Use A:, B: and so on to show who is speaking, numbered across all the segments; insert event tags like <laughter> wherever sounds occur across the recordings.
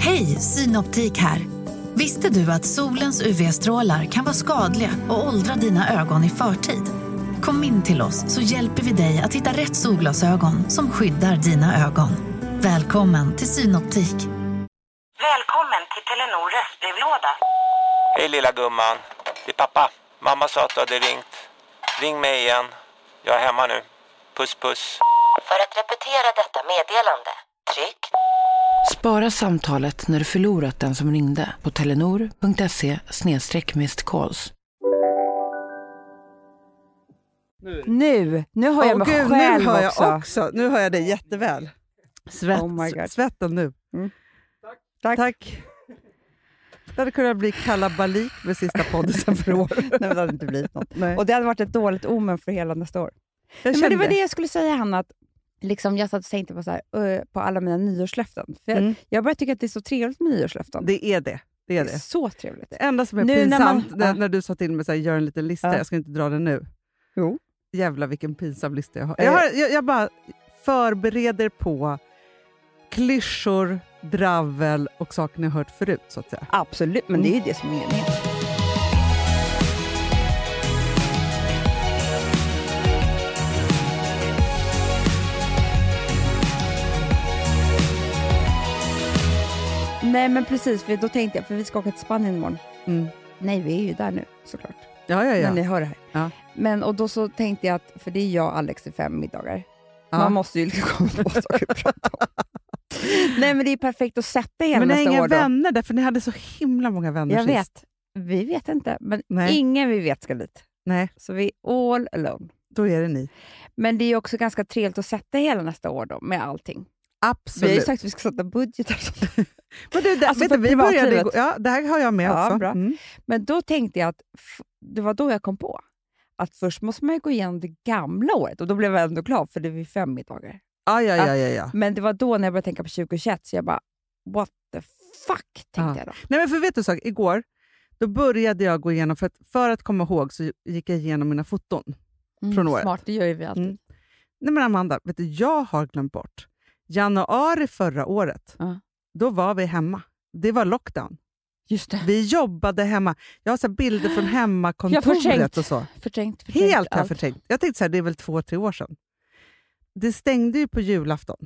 A: Hej, Synoptik här. Visste du att solens UV-strålar kan vara skadliga och åldra dina ögon i förtid? Kom in till oss så hjälper vi dig att hitta rätt solglasögon som skyddar dina ögon. Välkommen till Synoptik.
B: Välkommen till Telenor röstbrevlåda.
C: Hej lilla gumman. Det är pappa. Mamma sa att du hade ringt. Ring mig igen. Jag är hemma nu. Puss puss.
B: För att repetera detta meddelande, tryck
D: Spara samtalet när du förlorat den som ringde på telenor.se calls.
E: Nu, nu hör jag mig
F: Åh, gud,
E: själv
F: nu hör jag
E: också.
F: också. Nu hör jag dig jätteväl. Svett,
E: Oh my God. Mm.
F: svetten nu. Tack. Tack. Det hade kunnat bli kalabalik med sista podden sen för
E: <laughs>
F: år.
E: <laughs> Nej, men det hade inte blivit något.
F: Nej.
E: Och det hade varit ett dåligt omen för hela nästa år. Nej, men
F: Jag
E: det
F: kände
E: var det jag skulle säga, Hanna. Att liksom, jag satt och tänkte på, så här, eh, på alla mina nyårslöften. För jag,
F: Mm.
E: jag börjar tycka att det är så trevligt med nyårslöften.
F: det är det. Det är det.
E: så trevligt.
F: Det enda som är
E: Nu när
F: pinsamt,
E: man-
F: när,
E: ja.
F: när du sa till mig att gör en liten lista,
E: Ja.
F: jag ska inte dra den nu.
E: Jo.
F: Jävlar vilken pinsam lista jag har.
E: Eh.
F: Jag, har, jag, jag bara förbereder på klyschor, dravel och saker ni har hört förut så att
E: Ah.
F: säga.
E: Absolut, men det är ju det som är meningen. Nej men precis, för då tänkte jag, för vi ska åka till Spanien imorgon.
F: Mm.
E: Nej, vi är ju där nu såklart.
F: Ja, ja, ja.
E: Men ni hör det här.
F: Ja.
E: Men, och då så tänkte jag att, för det är jag och Alex i fem middagar.
F: Ja.
E: Man måste ju liksom komma på saker att prata
F: <laughs>
E: om. Nej men det är perfekt att sätta hela
F: Men ni har
E: nästa
F: inga
E: år då.
F: vänner där, för ni hade så himla många vänner
E: Jag
F: sist.
E: vet. Vi vet inte, men
F: Nej.
E: ingen vi vet ska dit.
F: Nej,
E: Så vi är all alone.
F: då är det ni.
E: Men det är ju också ganska trevligt att sätta hela nästa år då, med allting. Vi har ju
F: Absolut.
E: sagt att vi ska sätta budgetar och sånt.
F: Men du, det,
E: Alltså,
F: vet du,
E: för
F: vi började
E: privatlivet.
F: igår, ja, det här har jag med
E: Ja,
F: också.
E: bra.
F: Mm.
E: Men då tänkte jag att f- det var då jag kom på att först måste man ju gå igenom det gamla året och då blev jag ändå glad för det var ju fem middagar.
F: Ja, ja, ja, ja, ja.
E: Men det var då när jag började tänka på 2021 så jag bara what the fuck tänkte
F: Ja.
E: jag då.
F: Nej, men för vet du en sak? Igår då började jag gå igenom, för att, för att komma ihåg så gick jag igenom mina foton. Från
E: Mm,
F: året.
E: Smart, det gör ju vi alltid.
F: Mm. Nej men Amanda, vet du, jag har glömt bort. Januari förra året,
E: Ja.
F: då var vi hemma. Det var lockdown.
E: Just det.
F: Vi jobbade hemma. Jag har så här bilder från
E: Jag har förträngt.
F: hemmakontoret och så.
E: Förträngt, förträngt.
F: Helt har jag
E: allt.
F: förträngt. Jag tänkte så här, det är väl två, tre år sedan. Det stängde ju på julafton.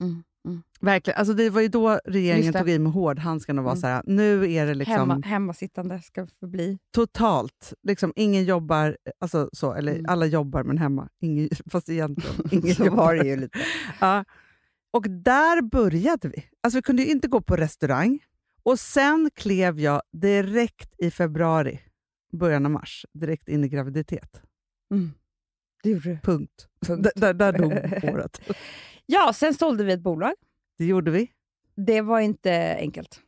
E: Mm, mm.
F: Verkligen. Alltså det var ju då
E: Just
F: regeringen
E: det.
F: tog i med hårdhandskarna och var
E: Mm.
F: så här, nu är det liksom
E: Hemma, hemmasittande ska förbli.
F: totalt. Liksom, ingen jobbar, alltså så, eller
E: Mm.
F: alla jobbar men hemma. Ingen, <laughs>
E: <laughs>
F: fast egentligen, ingen
E: Så var
F: jobbar.
E: det ju lite.
F: Ja. Och där började vi. Alltså vi kunde ju inte gå på restaurang. Och sen klev jag direkt i februari, början av mars, direkt in i graviditet.
E: Mm. Det gjorde du.
F: Punkt.
E: Punkt.
F: D- Där, där <laughs> dog året.
E: Ja, sen sålde vi ett bolag.
F: Det gjorde vi.
E: Det var inte enkelt.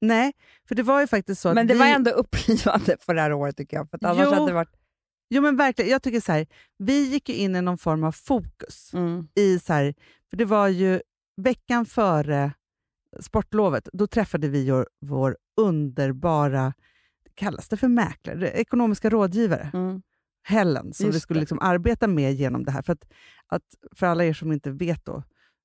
F: Nej, för det var ju faktiskt så att
E: Men det
F: vi...
E: var ändå upplivande för det här året tycker jag. För att annars
F: Jo.
E: hade det varit...
F: Jo men verkligen, jag tycker så här, vi gick ju in i någon form av fokus.
E: Mm.
F: i så här, för det var ju veckan före sportlovet, då träffade vi ju vår underbara, kallas det för mäklare, ekonomiska rådgivare,
E: Mm.
F: Helen, som vi
E: Just
F: skulle
E: det.
F: liksom arbeta med genom det här. För, att, att, för alla er som inte vet då,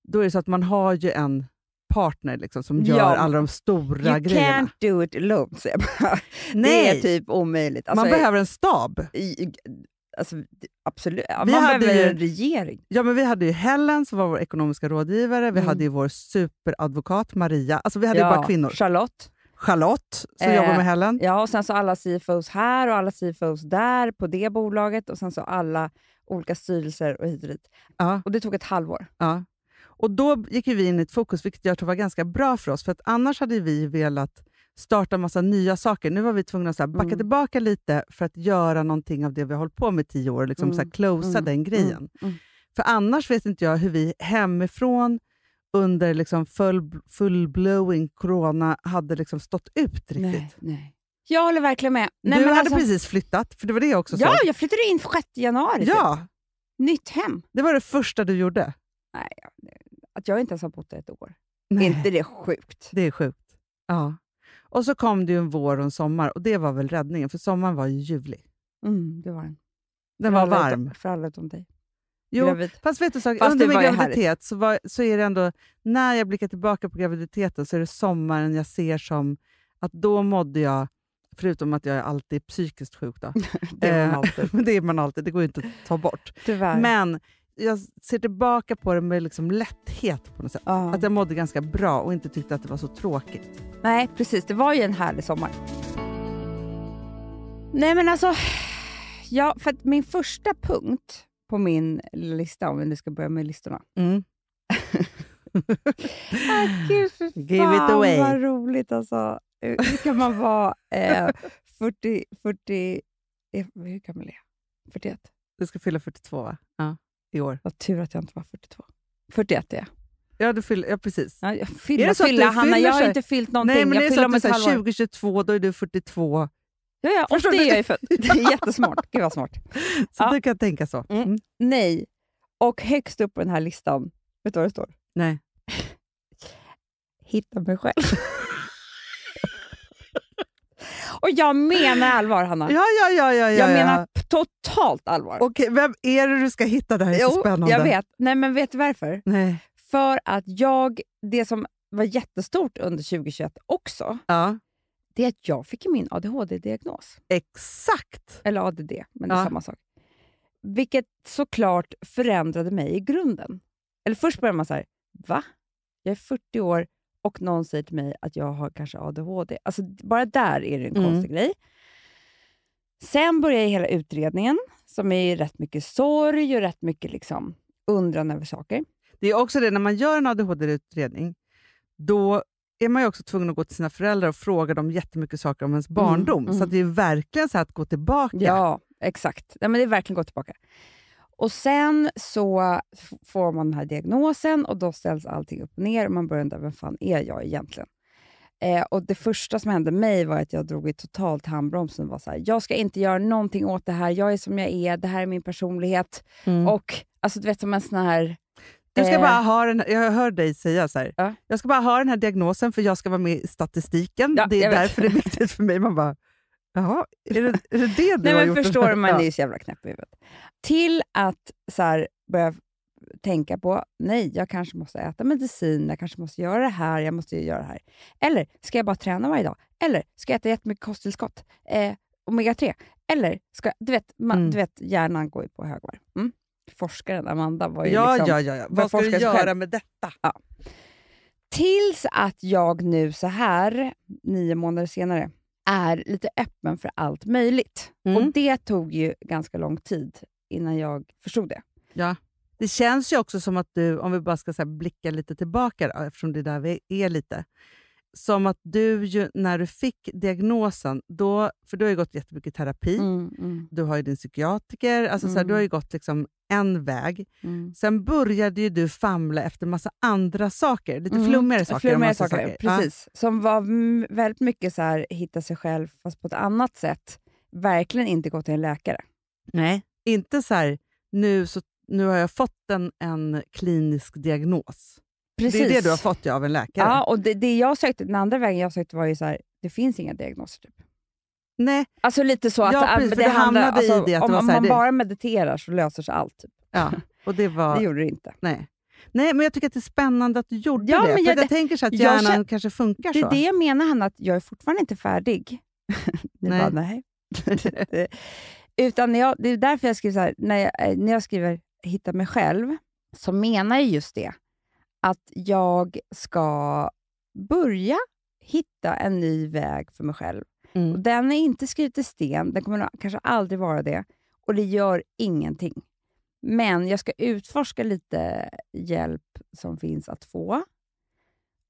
F: då är det så att man har ju en partner liksom, som
E: Ja.
F: gör alla de stora
E: You
F: grejerna.
E: can't do it alone, säger jag bara. <laughs> Det
F: Nej,
E: är typ omöjligt. Alltså,
F: man behöver en stab.
E: i- i- Alltså, det- absolut. Ja,
F: Vi
E: Man
F: hade
E: behöver
F: ju-
E: en regering.
F: Ja, men vi hade ju Helen som var vår ekonomiska rådgivare, vi
E: Mm.
F: hade ju vår superadvokat Maria, alltså vi hade ju
E: Ja,
F: bara kvinnor.
E: Charlotte.
F: Charlotte som
E: Eh,
F: jobbar med Helen.
E: Ja, och sen så alla CFOs här och alla CFOs där på det bolaget och sen så alla olika styrelser och hit och dit.
F: Ja,
E: Och det tog ett halvår.
F: ja. Och då gick ju vi in i ett fokus, vilket jag tror var ganska bra för oss. För att annars hade vi velat starta massa nya saker. Nu var vi tvungna att så här backa
E: Mm.
F: tillbaka lite för att göra någonting av det vi har hållit på med i tio år. Liksom
E: Mm.
F: så här closea
E: Mm.
F: den grejen.
E: Mm. Mm.
F: För annars vet inte jag hur vi hemifrån under liksom full, full-blowing corona hade liksom stått ut riktigt.
E: Nej, nej. Jag håller verkligen med.
F: Du
E: Nej, men
F: hade
E: alltså-
F: precis flyttat, för det var det jag också
E: Ja,
F: sa.
E: jag flyttade in 6 januari. typ.
F: Ja,
E: Nytt hem.
F: det var det första du gjorde.
E: Nej, jag- att jag inte ens har bott där ett år.
F: Nej.
E: inte det sjukt?
F: Det är sjukt. Ja. Och så kom det ju en vår och en sommar och det var väl räddningen, för sommaren var ju ljuvlig.
E: Mm, det var den. För
F: Den var
E: alla
F: varm.
E: Utom, för alla utom dig.
F: Jo,
E: gravid.
F: Fast vet du, så,
E: Fast
F: under
E: det
F: min
E: var ju
F: graviditet så, var, så är det ändå, när jag blickar tillbaka på graviditeten så är det sommaren jag ser som att då mådde jag, förutom att jag alltid är psykiskt sjuk då,
E: <laughs> Det är man
F: Eh,
E: alltid.
F: men <laughs> det är man alltid, det går ju inte att ta bort.
E: Tyvärr.
F: Men jag ser tillbaka på det med liksom lätthet på något sätt.
E: Ja.
F: Att jag mådde ganska bra och inte tyckte att det var så tråkigt.
E: Nej, precis. Det var ju en härlig sommar. Nej, men alltså... Ja, för att min första punkt på min lilla lista, om vi nu ska börja med listorna.
F: Mm.
E: Ah, gud, fy <laughs>
F: Give
E: fan,
F: it away.
E: vad roligt alltså. Hur hur kan man vara <laughs> eh, 40, 40... eh, Hur gammal är jag? 41?
F: Du ska fylla 42 va? Ja. I år.
E: Vad tur att jag inte var 42. 41 är jag.
F: Ja, du fyller, ja precis.
E: Ja, jag fylla,
F: det så att
E: fylla,
F: du
E: Hanna. Jag har
F: fyller
E: inte fyllt någonting.
F: Nej, men
E: jag
F: det är
E: fyller
F: så
E: om
F: att
E: ett
F: du säger
E: halvår.
F: 2022, då är du 42.
E: Ja, ja, och
F: Förstår
E: det
F: du?
E: är jag ju född. Det är jättesmart. Gud vad smart.
F: Så
E: Ja.
F: du kan tänka så.
E: Mm.
F: Mm.
E: Nej. Och högst upp på den här listan, vet du vad det står?
F: Nej.
E: Hitta mig själv. och jag menar allvar, Hanna.
F: Ja, ja, ja. ja, ja
E: jag menar
F: ja.
E: p- totalt allvar.
F: Okej, vem är det du ska hitta? Det här är så spännande.
E: jag vet. Nej, men vet du varför?
F: Nej.
E: För att jag, det som var jättestort under 2021 också,
F: Ja,
E: det är att jag fick min ADHD-diagnos.
F: exakt.
E: Eller ADD, men det är
F: Ja.
E: samma sak. Vilket såklart förändrade mig i grunden. Eller först börjar man så här, va? Jag är 40 år och någon säger till mig att jag har kanske ADHD. Alltså bara där är det en
F: Mm.
E: konstig grej. Sen börjar jag hela utredningen som är rätt mycket sorg och rätt mycket liksom undran över saker.
F: Det är också det, när man gör en ADHD-utredning, då är man ju också tvungen att gå till sina föräldrar och fråga dem jättemycket saker om ens barndom.
E: mm.
F: Så att det är verkligen så här att gå tillbaka.
E: Ja, exakt. Nej, men det är verkligen gå tillbaka. Och sen så f- får man den här diagnosen och då ställs allting upp och ner och man börjar undra, vem fan är jag egentligen? Eh, och Det första som hände mig var att jag drog i totalt handbromsen och var så här, jag ska inte göra någonting åt det här, jag är som jag är, det här är min personlighet.
F: Mm.
E: Och alltså du vet som en sån här...
F: Du ska
E: eh,
F: bara ha den, här- jag hör dig säga så här.
E: Ja.
F: jag ska bara ha den här diagnosen för jag ska vara med i statistiken.
E: Ja,
F: det är
E: jag vet.
F: därför det är viktigt för mig. Man bara, jaha, är det är det, det du
E: Nej
F: har
E: men
F: gjort?
E: förstår du, man är
F: <laughs> Ja.
E: ju så jävla knäpp i huvudet. Till att så här, börja tänka på, nej, jag kanske måste äta medicin, jag kanske måste göra det här, jag måste ju göra det här. Eller ska jag bara träna varje dag? Eller ska jag äta jättemycket kosttillskott? Eh, omega-3? Eller ska Du vet, man,
F: Mm.
E: du vet hjärnan går ju på högvarv. Mm. Forskaren Amanda var ju
F: Ja,
E: liksom...
F: ja, ja,
E: börja
F: ja. Vad ska du
E: forska sig
F: göra
E: själv.
F: med detta?
E: Tills att jag nu så här, nio månader senare, är lite öppen för allt möjligt.
F: Mm.
E: Och det tog ju ganska lång tid innan jag förstod det.
F: Det känns ju också som att du, om vi bara ska så här blicka lite tillbaka, då, eftersom det är där vi är lite. Som att du, ju, när du fick diagnosen, då, för du har ju gått jättemycket terapi, du har ju din psykiatriker, alltså så här,
E: Mm.
F: du har ju gått liksom en väg. Sen började ju du famla efter massa andra saker, lite
E: Mm.
F: flummigare saker. om
E: Flummigare
F: man säger
E: saker, precis. Som var mm, väldigt mycket så här, hitta sig själv, fast på ett annat sätt. Verkligen inte gå till en läkare.
F: Ja. Nej. Inte så här, nu, så, nu har jag fått en, en klinisk diagnos.
E: Precis.
F: Det är det du har fått ja, av en läkare.
E: Ja, och det, det jag sökte, den andra vägen jag sökte var ju så här, det finns inga diagnoser. Typ.
F: Nej,
E: Alltså lite så att
F: Ja, precis, för
E: det
F: det
E: handlar,
F: hamnade i
E: alltså,
F: det att det
E: om,
F: var
E: om
F: så här,
E: man
F: det-
E: bara mediterar så löser sig allt. Typ. <laughs>
F: ja. Och det var...
E: Det gjorde det inte.
F: Nej. Nej, men jag tycker att det är spännande att du gjorde
E: Ja,
F: det.
E: men
F: för
E: jag-
F: att jag tänker så att
E: jag
F: hjärnan
E: känner-
F: kanske funkar
E: Det
F: så.
E: är det jag menar, Hanna, att jag är fortfarande inte färdig. <laughs> Ni
F: Nej.
E: bara, nej. <laughs> Utan när jag, det är därför jag skriver så här, när jag, eh, när jag skriver hitta mig själv, så menar jag just det, att jag ska börja hitta en ny väg för mig själv. Och
F: Mm.
E: den är inte skriven i sten, den kommer nog kanske aldrig vara det, och det gör ingenting. Men jag ska utforska lite hjälp som finns att få.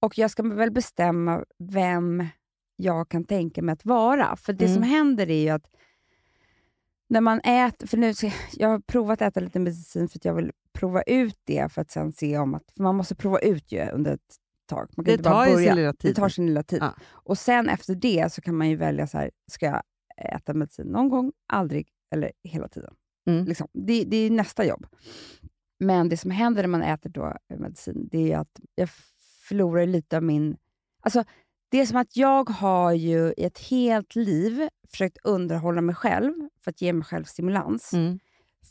E: Och jag ska väl bestämma vem jag kan tänka mig att vara. För det
F: Mm.
E: som händer är ju att när man äter... För nu, ska- jag har provat att äta lite medicin för att jag vill prova ut det för att sen se om att... För man måste prova ut ju under ett tag. Man kan
F: Det
E: inte bara
F: tar ju
E: börja.
F: sin lilla tid.
E: Det tar sin lilla tid.
F: Ja.
E: Och sen efter det så kan man ju välja så här, ska jag äta medicin någon gång, aldrig eller hela tiden.
F: Mm.
E: Liksom. Det, det är nästa jobb. Men det som händer när man äter då eh, medicin, det är ju att jag förlorar ju lite av min... Alltså, det är som att jag har ju i ett helt liv försökt underhålla mig själv för att ge mig själv stimulans.
F: Mm.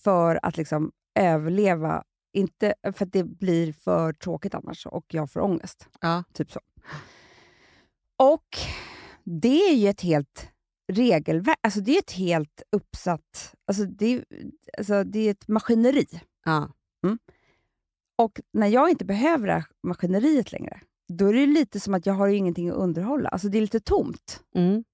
E: För att liksom överleva, inte, för att det blir för tråkigt annars och jag får ångest.
F: Ja.
E: Typ så. Och det är ju ett helt regelverk, alltså det är ett helt uppsatt, alltså det, alltså det är ett maskineri.
F: Ja.
E: Och när jag inte behöver det här maskineriet längre, då är det ju lite som att jag har ju ingenting att underhålla. Alltså det är lite tomt.
F: Mm.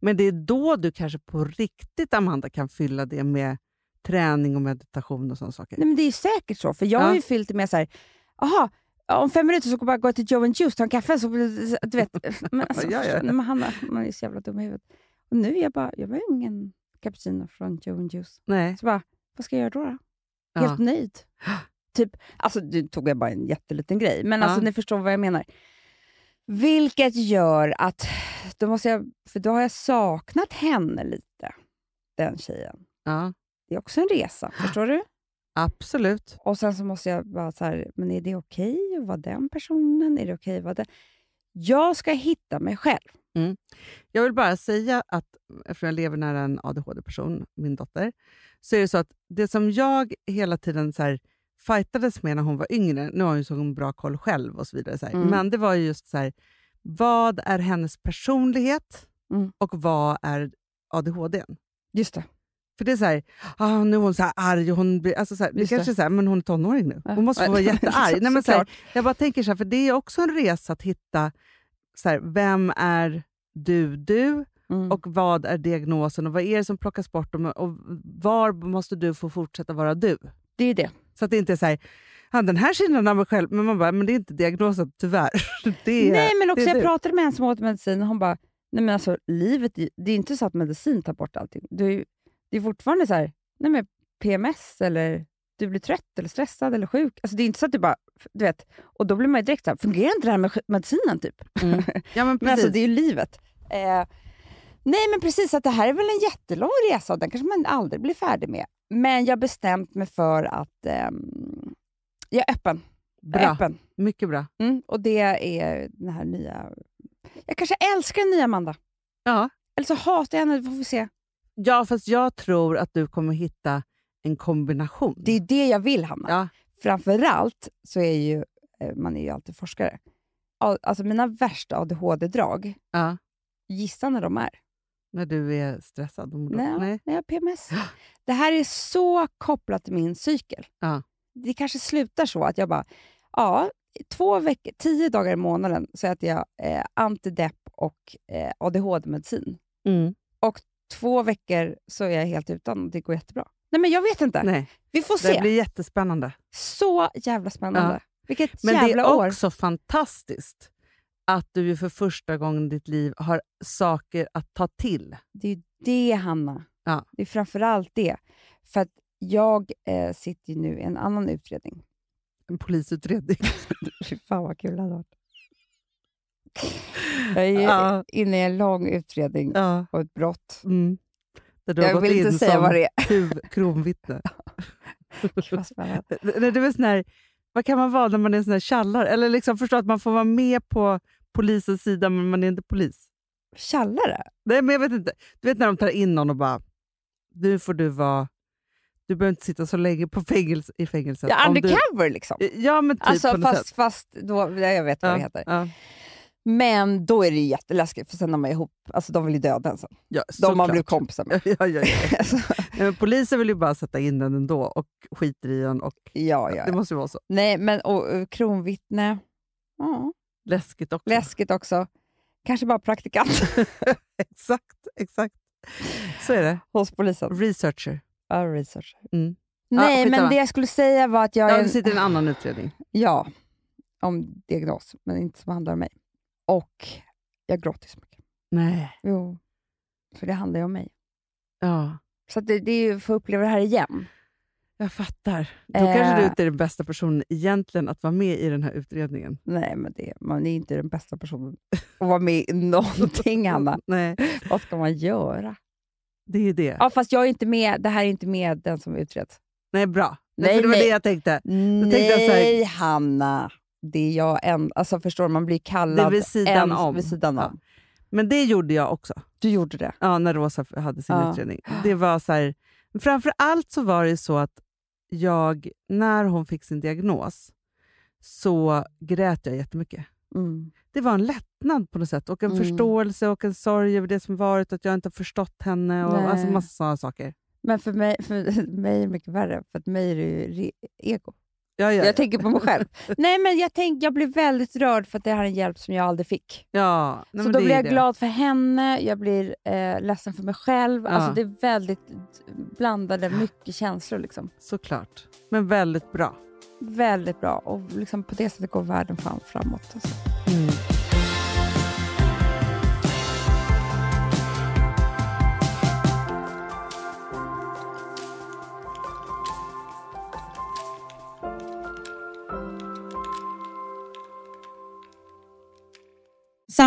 F: Men det är då du kanske på riktigt, Amanda, kan fylla det med träning och meditation och sådana saker.
E: Nej, men det är ju säkert så, för jag
F: Ja.
E: har ju fyllt det med så här, aha, om fem minuter så går jag bara gå till Joe and Juice, ta en kaffe. Så, blir det- du
F: <laughs>
E: vet. Men alltså,
F: Ja, ja.
E: förstår- Nej, men Hanna, man är ju så jävla dum i huvudet. Och nu är jag bara, jag behöver ingen cappuccino från Joe and Juice.
F: Nej.
E: Så bara, vad ska jag göra då? då?
F: Ja.
E: Helt nöjd. Typ, alltså nu tog jag bara en jätteliten grej, men
F: Ja.
E: alltså ni förstår vad jag menar. Vilket gör att, då måste jag, för då har jag saknat henne lite, den tjejen.
F: Ja,
E: Det är också en resa, förstår du?
F: absolut.
E: Och sen så måste jag bara så här, men är det okej att vara den personen? Är det okej att vara den? Jag ska hitta mig själv.
F: Mm. Jag vill bara säga att eftersom jag lever nära en ADHD-person, min dotter, så är det så att det som jag hela tiden så här fightades med när hon var yngre, nu har hon ju så bra koll själv och så vidare, så här.
E: Mm.
F: men det var ju just så här, vad är hennes personlighet
E: Mm.
F: och vad är ADHD?
E: Just det.
F: För det är så här, ah, nu är hon så här arg, och hon blir, alltså så här, det
E: Just
F: kanske är så här, men hon är tonåring nu.
E: <laughs> Ja.
F: Hon måste få vara jättearg. Nej, men så här,
E: Såklart.
F: jag bara tänker så här, för det är också en resa att hitta, så här, vem är du, du?
E: Mm.
F: Och vad är diagnosen och vad är det som plockas bort och, och var måste du få fortsätta vara du?
E: det är ju det.
F: Så att det inte är så här, "Ah, den här sidan av mig själv, men man bara, men det är inte diagnosen, tyvärr. <laughs> Det är,
E: Nej, men också
F: det är
E: jag
F: du.
E: pratade med en som åt medicin och hon bara, nej men alltså livet, är- det är inte så att medicin tar bort allting. Du, är ju- det är fortfarande så här, nej men PMS eller du blir trött eller stressad eller sjuk. Alltså det är inte så att du bara, du vet, och då blir man ju direkt så här, fungerar inte det här med sj- medicinen typ?
F: Ja, men
E: Men alltså
F: precis.
E: det är ju livet. Eh, nej men precis, att det här är väl en jättelång resa och den kanske man aldrig blir färdig med. Men jag har bestämt mig för att ehm, jag är öppen. Jag är
F: bra.
E: öppen.
F: Mycket bra.
E: Mm, och det är den här nya... Jag kanske älskar den nya Amanda.
F: Ja.
E: Eller så hatar jag henne, det får vi se.
F: ja, fast jag tror att du kommer hitta en kombination.
E: Det är ju det jag vill, Hanna.
F: Ja.
E: Framförallt så är ju, eh, man är ju alltid forskare. Al- Alltså mina värsta ADHD-drag,
F: Ja,
E: gissa när de är.
F: när du är stressad. och mår dåligt.
E: Nej,
F: Nej.
E: när jag har PMS. Det här är så kopplat till min cykel.
F: Ja.
E: Det kanske slutar så att jag bara, ja, i två veckor, tio dagar i månaden så äter jag eh, antidepp och eh, ADHD-medicin.
F: Mm.
E: Två veckor så är jag helt utan och det går jättebra. Nej, men jag vet inte.
F: Nej.
E: Vi får
F: Det
E: se.
F: blir jättespännande.
E: Så jävla spännande.
F: Ja.
E: Vilket
F: Men det
E: jävla
F: är
E: år.
F: också fantastiskt att du ju för första gången i ditt liv har saker att ta till.
E: Det är ju det, Hanna.
F: Ja.
E: Det är framförallt det. För att jag eh, sitter ju nu i en annan utredning. <laughs>
F: En polisutredning.
E: Fy fan vad kul det hade varit. Jag är
F: Ja.
E: inne i en lång utredning
F: ja.
E: och ett brott.
F: mm. Där du
E: Jag
F: har gått
E: vill inte
F: in
E: säga
F: som
E: vad det är.
F: <laughs> huv-
E: <laughs>
F: kronvittne.
E: Gud, vad spännande.
F: <laughs> Nej, det är sån här, vad kan man vara när man är sån här tjallar? Eller liksom förstå att man får vara med på polisens sida, men man är inte polis.
E: Tjallare?
F: Nej, men jag vet inte. Du vet när de tar in någon och bara, nu får du vara... Du behöver inte sitta så länge på fängelse, i fängelset.
E: Ja,
F: Typ om du,
E: undercover liksom.
F: ja, men typ på
E: Alltså,
F: något sätt.
E: fast, fast då, ja, jag vet vad
F: Ja,
E: det heter.
F: ja.
E: Men då är det ju jätteläskigt, för sen när man är ihop, alltså de vill ju döda en sen.
F: Ja,
E: De man
F: såklart.
E: blir kompisar med.
F: <laughs> Ja, ja, ja.
E: Alltså,
F: Nej, men polisen vill ju bara sätta in den ändå och skiter i den. Och,
E: ja, ja,
F: Det
E: ja.
F: måste ju vara så
E: Nej, men och, och, kronvittne, ja,
F: läskigt också.
E: läskigt också. Kanske bara praktikant
F: <laughs>
E: <laughs>
F: Exakt, exakt. Så är det.
E: hos polisen.
F: Researcher.
E: Ja, research.
F: Mm. Ja,
E: Nej,
F: skitsamma.
E: men det jag skulle säga var att jag är
F: Ja,
E: en-
F: du sitter i en annan utredning.
E: Ja, om diagnos, men inte som handlar om mig. Och jag gråter så mycket.
F: Nej.
E: Jo. För det handlar ju om mig.
F: Ja,
E: Så att det, det är ju för att uppleva det här igen.
F: jag fattar. Då
E: Eh.
F: kanske du inte är den bästa personen egentligen att vara med i den här utredningen.
E: Nej, men det, man är inte den bästa personen att vara med i någonting, Hanna.
F: Nej,
E: <laughs> Vad ska man göra?
F: det är ju det.
E: Ja, fast jag är inte med. Det här är inte med den som utreds.
F: Nej, bra. Nej,
E: Nej,
F: för det var
E: nej.
F: det jag tänkte. tänkte jag så här-
E: Nej, Hanna. Det är jag en, alltså förstår du, man blir kallad
F: Det är vid sidan
E: en,
F: om.
E: Vid sidan
F: Ja.
E: om.
F: Men det gjorde jag också.
E: Du gjorde det.
F: Ja, när Rosa f- hade sin
E: Ja.
F: utredning. Det var så här, framför allt så var det ju så att
G: jag, när hon fick sin diagnos så grät jag jättemycket.
E: Mm.
G: Det var en lättnad på något sätt och en
H: Mm.
G: förståelse och en sorg över det som varit, att jag inte har förstått henne och
E: Nej.
G: alltså massa sådana saker.
E: Men för mig, för <laughs> mig är det mycket värre, för att mig är det ju re- ego.
G: Ja, ja,
E: Jag
G: ja.
E: tänker på
G: <laughs>
E: mig själv. Nej, men jag, tänk, jag blev väldigt rörd för att det här är en hjälp som jag aldrig fick.
G: ja, nej,
E: så
G: men det
E: då
G: är
E: blir jag
G: det.
E: glad för henne, jag blir eh, ledsen för mig själv. Alltså
G: Ja.
E: Det är väldigt blandade, mycket känslor. Liksom.
G: Såklart. Men väldigt bra.
E: Väldigt bra och liksom på det sättet går världen fram, framåt. Alltså.
I: Mm.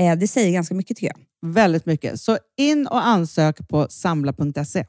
I: Eh, det säger ganska mycket tycker jag.
F: Väldigt mycket. Så in och ansök på samla.se.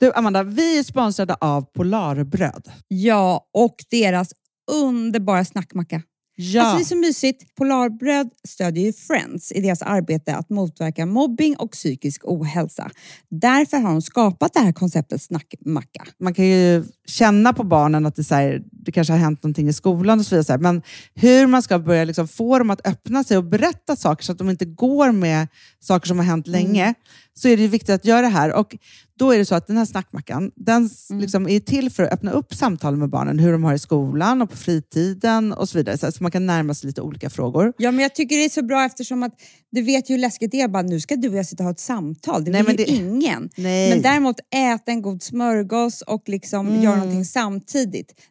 F: Du Amanda, vi är sponsrade av Polarbröd.
I: Ja, och deras underbara snackmacka.
F: Ja.
I: Alltså det är så mysigt. Polarbröd stödjer ju Friends i deras arbete att motverka mobbing och psykisk ohälsa. Därför har de skapat det här konceptet snackmacka.
F: man kan ju känna på barnen att det, så här, det kanske har hänt någonting i skolan och så vidare. Så här. Men hur man ska börja liksom få dem att öppna sig och berätta saker så att de inte går med saker som har hänt länge, så är det ju viktigt att göra det här. Och då är det så att den här snackmackan, den s- liksom är till för att öppna upp samtal med barnen, hur de har i skolan och på fritiden och så vidare. Så, här, så man kan närma sig lite olika frågor.
I: Ja, men jag tycker det är så bra eftersom att du vet ju hur läskigt det är. Bara, nu ska du och jag sitta och ha ett samtal. Det
F: Nej,
I: vill
F: men
I: ju
F: det-
I: ingen.
F: Nej.
I: Men däremot äta en god smörgås och liksom göra någonting samtidigt.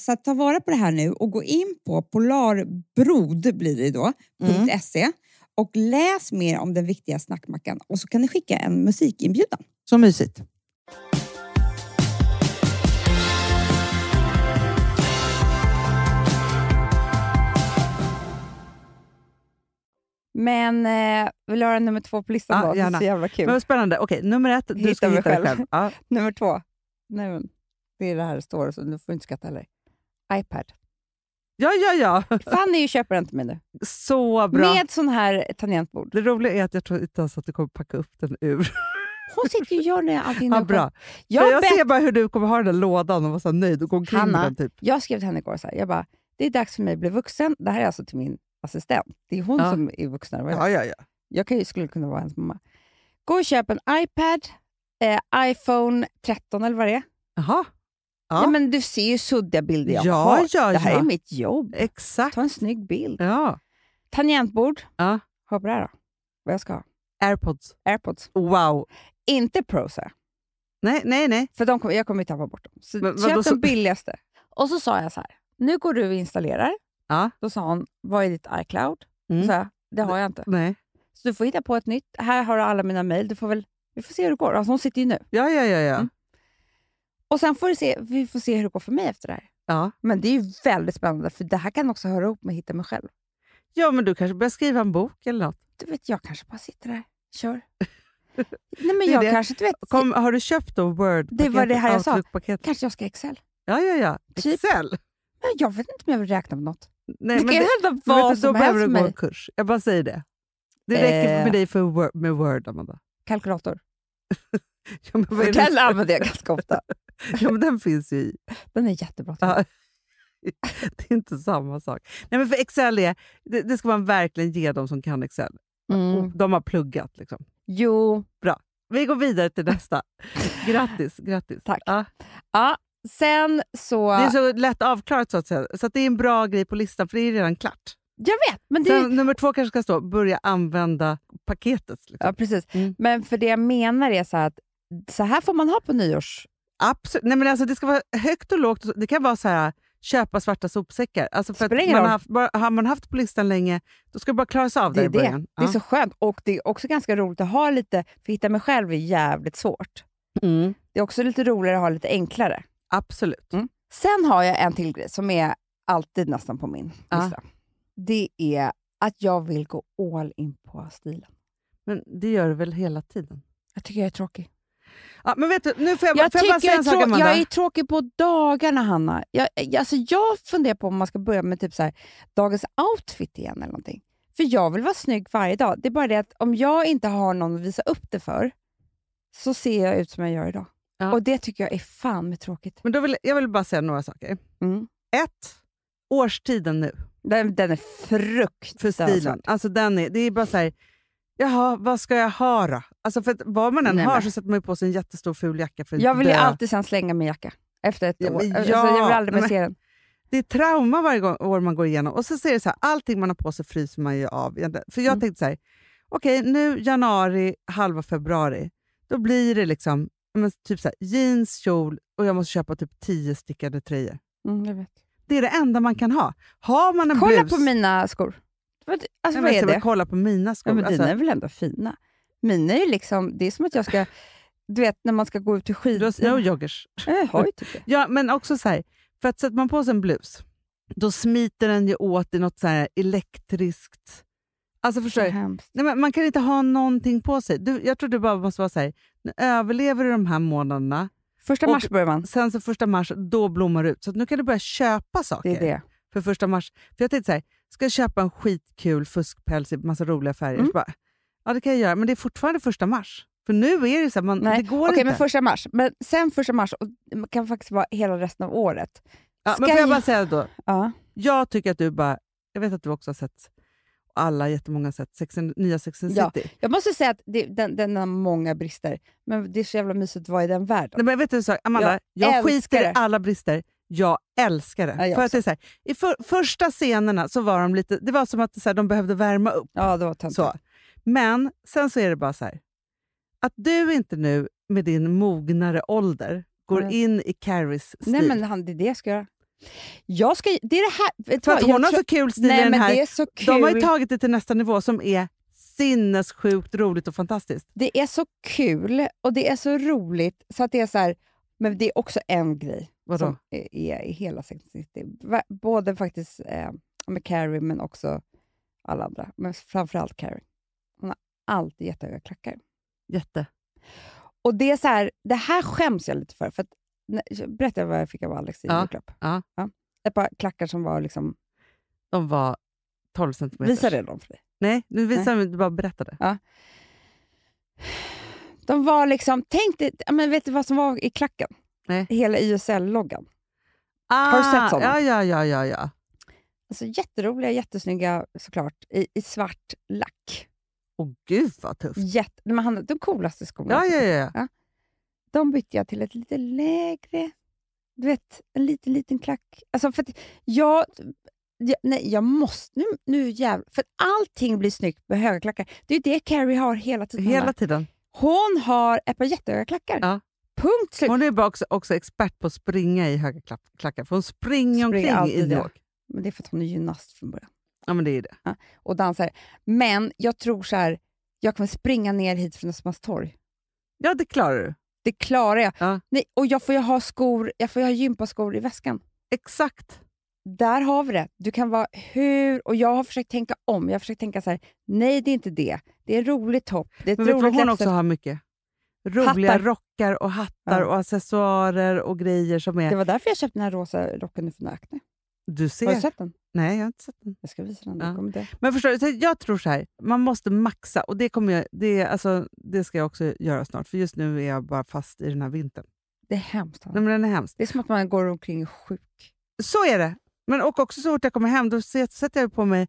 I: så att ta vara på det här nu och gå in på polarbrod blir det då, .se och läs mer om den viktiga snackmackan och så kan ni skicka en musikinbjudan.
F: Så mysigt.
E: Men eh, vill du höra nummer två på listan
G: Ja,
E: då? Det är
G: gärna.
E: så jävla kul.
G: Men vad spännande. Okej, nummer ett, du
E: Hitta
G: ska
E: mig
G: hitta dig
E: själv.
G: själv. Ja.
E: Nummer två. Nej, men, det är det här det står, så du får inte skratta heller.
G: <laughs>
E: Ipad.
G: ja, ja, ja.
E: Fanny köper den till mig nu.
G: Så bra.
E: Med sån här tangentbord.
G: Det roliga är att jag tror inte ens att du kommer packa upp den ur.
E: Hon sitter ju och gör det allting
G: Ja,
E: nu
G: bra.
E: själv.
G: Jag,
E: Jag,
G: jag
E: bett-
G: ser bara hur du kommer ha den där lådan och vara så här nöjd och gå omkring med
E: Hanna.
G: den. Typ.
E: jag skrev till henne igår så här, jag bara, det är dags för mig att bli vuxen. Det här är alltså till min assistent. Det är hon
G: Ja.
E: som är vuxnare än vad jag är.
G: Ja, ja, ja.
E: Jag kan ju, skulle kunna vara hennes mamma. Gå och köp en iPad, eh, iPhone 13 eller vad det är.
G: Jaha, Ja.
E: Ja. men du ser ju suddiga bilder jag
G: Ja,
E: har.
G: ja,
E: det här
G: ja.
E: är mitt jobb.
G: exakt.
E: Ta en snygg bild.
G: Ja.
E: Tangentbord.
G: Ja.
E: Hör på det här då. Vad jag ska ha.
G: Airpods.
E: Airpods.
G: Wow.
E: Inte Pro sa jag.
G: Nej, nej, nej.
E: För de kommer, jag kommer ju tappa bort dem. Så
G: Men vadå
E: köp
G: så-
E: de billigaste. Och så sa jag så här. Nu går du och installerar.
G: Ja.
E: Då sa hon, vad är ditt iCloud?
G: Mm.
E: Då sa jag, det har jag inte.
G: nej.
E: Så du får hitta på ett nytt. Här har du alla mina mejl. Du får väl, vi får se hur det går. Alltså hon sitter ju nu.
G: Ja, ja, ja. ja.
E: Mm. Och sen får du se, vi får se hur det går för mig efter det här.
G: ja.
E: Men det är ju väldigt spännande, för det här kan också höra ihop med Hitta mig själv.
G: Ja, men du kanske börjar skriva en bok eller något.
E: Du vet, jag kanske bara sitter där,
G: <laughs>
E: kör. Nej, men
G: är
E: jag
G: det.
E: kanske, du vet,
G: Kom, har du köpt då word
E: Det var det här jag sa.
G: Outlook-paket?
E: kanske jag ska Excel.
G: Ja, ja, ja.
E: Typ.
G: Excel.
E: Men jag vet inte om jag vill räkna på något.
G: Nej,
E: det kan ju
G: det-
E: hända
G: men vet
E: vad
G: du, Då
E: som
G: behöver
E: helst
G: du
E: med
G: gå en
E: mig.
G: kurs. Jag bara säger det.
F: Det räcker
E: Eh.
F: med dig för Word, med Word, Amanda.
E: Kalkylator.
F: Ja, men vad är det-
E: Hotell använder
G: <laughs>
E: jag ganska ofta.
F: ja, men den finns ju i.
E: Den är jättebra. till.
F: Ja. <laughs> Det är inte samma sak. Nej, men för Excel är, det, det ska man verkligen ge dem som kan Excel.
E: Mm.
F: Och De har pluggat. Liksom.
E: Jo,
F: Vi går vidare
E: <laughs>
F: till nästa. Grattis! grattis.
E: Tack.
F: Ja,
E: sen så...
F: det är så lätt avklarat, så att säga. Så att det är en bra grej på listan, för det är redan klart.
E: Jag vet, men det...
F: Sen, nummer två kanske ska stå börja använda paketet. Liksom.
E: Ja, precis.
F: Mm.
E: Men för det jag menar är så här att så här får man ha på nyårs...
F: Absolut. Nej, men alltså, det ska vara högt och lågt. Det kan vara så här, köpa svarta sopsäckar. Alltså, för att
E: Spelar
F: man
E: ingen
F: har,
E: roll.
F: haft, bara, har man haft på listan länge, då ska det bara klaras av
E: Det är
F: där i
E: det.
F: början.
E: Det är så skönt. Och det är också ganska roligt att ha lite... För hitta mig själv är jävligt svårt.
F: Mm.
E: Det är också lite roligare att ha lite enklare.
F: Absolut.
E: Mm. Sen har jag en till grej som är alltid nästan på min
F: Ja.
E: lista. Det är att jag vill gå all in på stilen.
F: Men det gör det väl hela tiden?
E: Jag tycker jag är tråkig.
F: Ja, men vet du, nu får jag, bara-
E: Jag,
F: får jag
E: tycker
F: bara säga
E: jag, är
F: en sak,
E: trå-
F: Amanda?
E: jag är tråkig på dagarna, Hanna. Jag, jag- alltså jag funderar på om man ska börja med typ så här, dagens outfit igen eller någonting. För jag vill vara snygg varje dag. Det är bara det att om jag inte har någon att visa upp det för, så ser jag ut som jag gör idag.
F: Ja.
E: Och det tycker jag är fan med tråkigt.
F: Men då vill, jag vill bara säga några saker.
E: Mm.
F: Ett, årstiden nu
E: Den, den är fruktansvärt.
F: för stilen. Alltså den är, det är bara så här, jaha, vad ska jag ha då? Alltså för att vad man än
E: Nej,
F: har
E: men-
F: så sätter man ju på sig en jättestor ful jacka för att
E: Jag vill ju
F: dö.
E: alltid sen slänga min jacka efter ett
F: Ja,
E: år.
F: men
E: Alltså,
F: ja,
E: jag vill aldrig mer
F: men-
E: se den.
F: Det är trauma varje gång, år man går igenom. Och så ser det så här, allting man har på sig fryser man ju av. egentligen. För jag
E: Mm.
F: tänkte så här, okej nu januari, halva februari, då blir det liksom men, typ så här, jeans, kjol och jag måste köpa typ tio stickade tröjor.
E: Mm, jag vet.
F: Det är det enda man kan ha. Har man en
E: Kolla
F: blus...
E: på mina skor. Vad- Alltså, vad
F: Nej, men
E: är
F: jag ska
E: det?
F: bara kolla på mina skor.
E: Ja, men
F: alltså,
E: dina är väl ändå fina? Mina är ju liksom, det är som att jag ska, du vet när man ska gå ut till
F: du
E: skidor.
F: har snowjoggers.
E: Jag har ju typ det.
F: Ja, men också så här, för att sätter man på sig en blus, då smiter den ju åt i något så här elektriskt... Alltså förstår du?
E: Hemskt.
F: Nej, men man kan inte ha någonting på sig. Du, jag tror du bara måste vara så här, nu överlever du de här månaderna,
E: Första
F: Och-
E: mars börjar man.
F: sen så första mars, då blommar det ut. Så att nu kan du börja köpa
E: Det
F: saker
E: är det.
F: för första mars. För jag tänkte så här, ska jag köpa en skitkul fuskpäls i massa roliga färger?
E: Mm.
F: Så bara, ja det kan jag göra, men det är fortfarande första mars. För nu är det så här, man,
E: Nej,
F: det går
E: Okej,
F: inte.
E: men första mars. Men sen första mars, och det kan faktiskt vara hela resten av året.
F: Ja, men
E: Ska
F: får jag bara
E: jag-
F: säga då,
E: Ja.
F: jag tycker att du bara, jag vet att du också har sett, alla jättemånga har sett Sex and, nya Sex and
E: Ja.
F: City.
E: Jag måste säga att det, den, den har många brister, men det är så jävla mysigt att vara i den världen.
F: Nej, men vet du en sak, Amanda, jag,
E: Jag
F: skiter i
E: älskar det.
F: alla brister. Jag älskar det.
E: Ja, jag
F: för att
E: också.
F: det är så här, I för, första scenerna så var de lite, det var som att så här, de behövde värma upp.
E: Ja, det var töntigt.
F: Så. Men sen så är det bara så här. Att du inte nu med din mognare ålder går
E: Nej.
F: in i Carries stil.
E: Nej, men han, det är det jag ska göra. Jag ska, det är det här... Vet du
F: För att
E: vad,
F: hon
E: jag
F: har
E: tror-
F: så kul stil i
E: Nej,
F: den
E: men
F: här.
E: det är så kul.
F: De har ju tagit det till nästa nivå som är sinnessjukt roligt och fantastiskt.
E: Det är så kul och det är så roligt. Så att det är så här, men det är också en grej
F: Vadå?
E: som är, är i hela Sex and the City. Va- Både faktiskt eh, med Carrie, men också alla andra. Men framförallt Carrie. Hon har alltid jättehöga klackar.
F: Jätte.
E: Och det är så här, det här skäms jag lite för. för att, när- berätta vad jag fick av Alex i
F: Ja,
E: julklapp.
F: ja.
E: Ett par klackar som var liksom...
F: De var 12 centimeter.
E: Visade jag dem för dig?
F: Nej, nu visar du bara berättade.
E: De var liksom... Tänk dig, ja, men vet du vad som var i klacken?
F: Nej.
E: Hela YSL-loggan.
F: Ah,
E: du sett såna?
F: Ja, ja, ja. ja, ja.
E: Alltså, jätteroliga, jättesnygga såklart, i, i svart lack.
F: Åh gud vad tufft.
E: Jätte, men han, de coolaste skorna.
F: Ja,
E: jag
F: ja,
E: sett.
F: ja.
E: De bytte jag till ett lite lägre, du vet, en liten, liten klack. Alltså, för att jag, jag, nej, jag måste, nu, nu jävlar, för att allting blir snyggt med höga klackar. Det är ju det Carrie har hela tiden.
F: Hela
E: Hanna.
F: tiden.
E: Hon har ett par jättehöga klackar.
F: Ja.
E: Punkt slut.
F: Hon är bara också, också expert på att springa i höga klack, klackar, för hon springer
E: Springer
F: omkring i
E: alltid,
F: New
E: ja.
F: York.
E: Men det är för att hon är gymnast från början.
F: Ja, men det är det.
E: och dansar. Men jag tror så här, jag kommer springa ner hit från Östermalmstorg.
F: Ja, det klarar du.
E: Det klarar jag.
F: Ja.
E: Nej, och jag får ju ha skor, jag får ju ha gympaskor i väskan.
F: Exakt.
E: Där har vi det. Du kan vara hur... Och jag har försökt tänka om. Jag har försökt tänka så här, nej det är inte det. Det är en rolig topp. Det är ett
F: Men vet du vad
E: roligt
F: hon också
E: läppstift.
F: har mycket? Roliga
E: Hattar.
F: rockar och hattar
E: Ja.
F: och accessoarer och grejer som är...
E: Det var därför jag köpte den här rosa rocken nu från Acne.
F: Du ser.
E: Har du sett den?
F: Nej, jag har inte sett den.
E: Jag ska visa den.
F: Ja.
E: Du kommer dö.
F: Men förstår du, så jag tror så här, man måste maxa och det, kommer jag, det, alltså, det ska jag också göra snart för just nu är jag bara fast i den här vintern.
E: Det är hemskt. Hanna.
F: Nej, men den är hemskt.
E: Det är som att man går omkring och är sjuk.
F: Så är det! Men och också så fort jag kommer hem då set- sätter jag på mig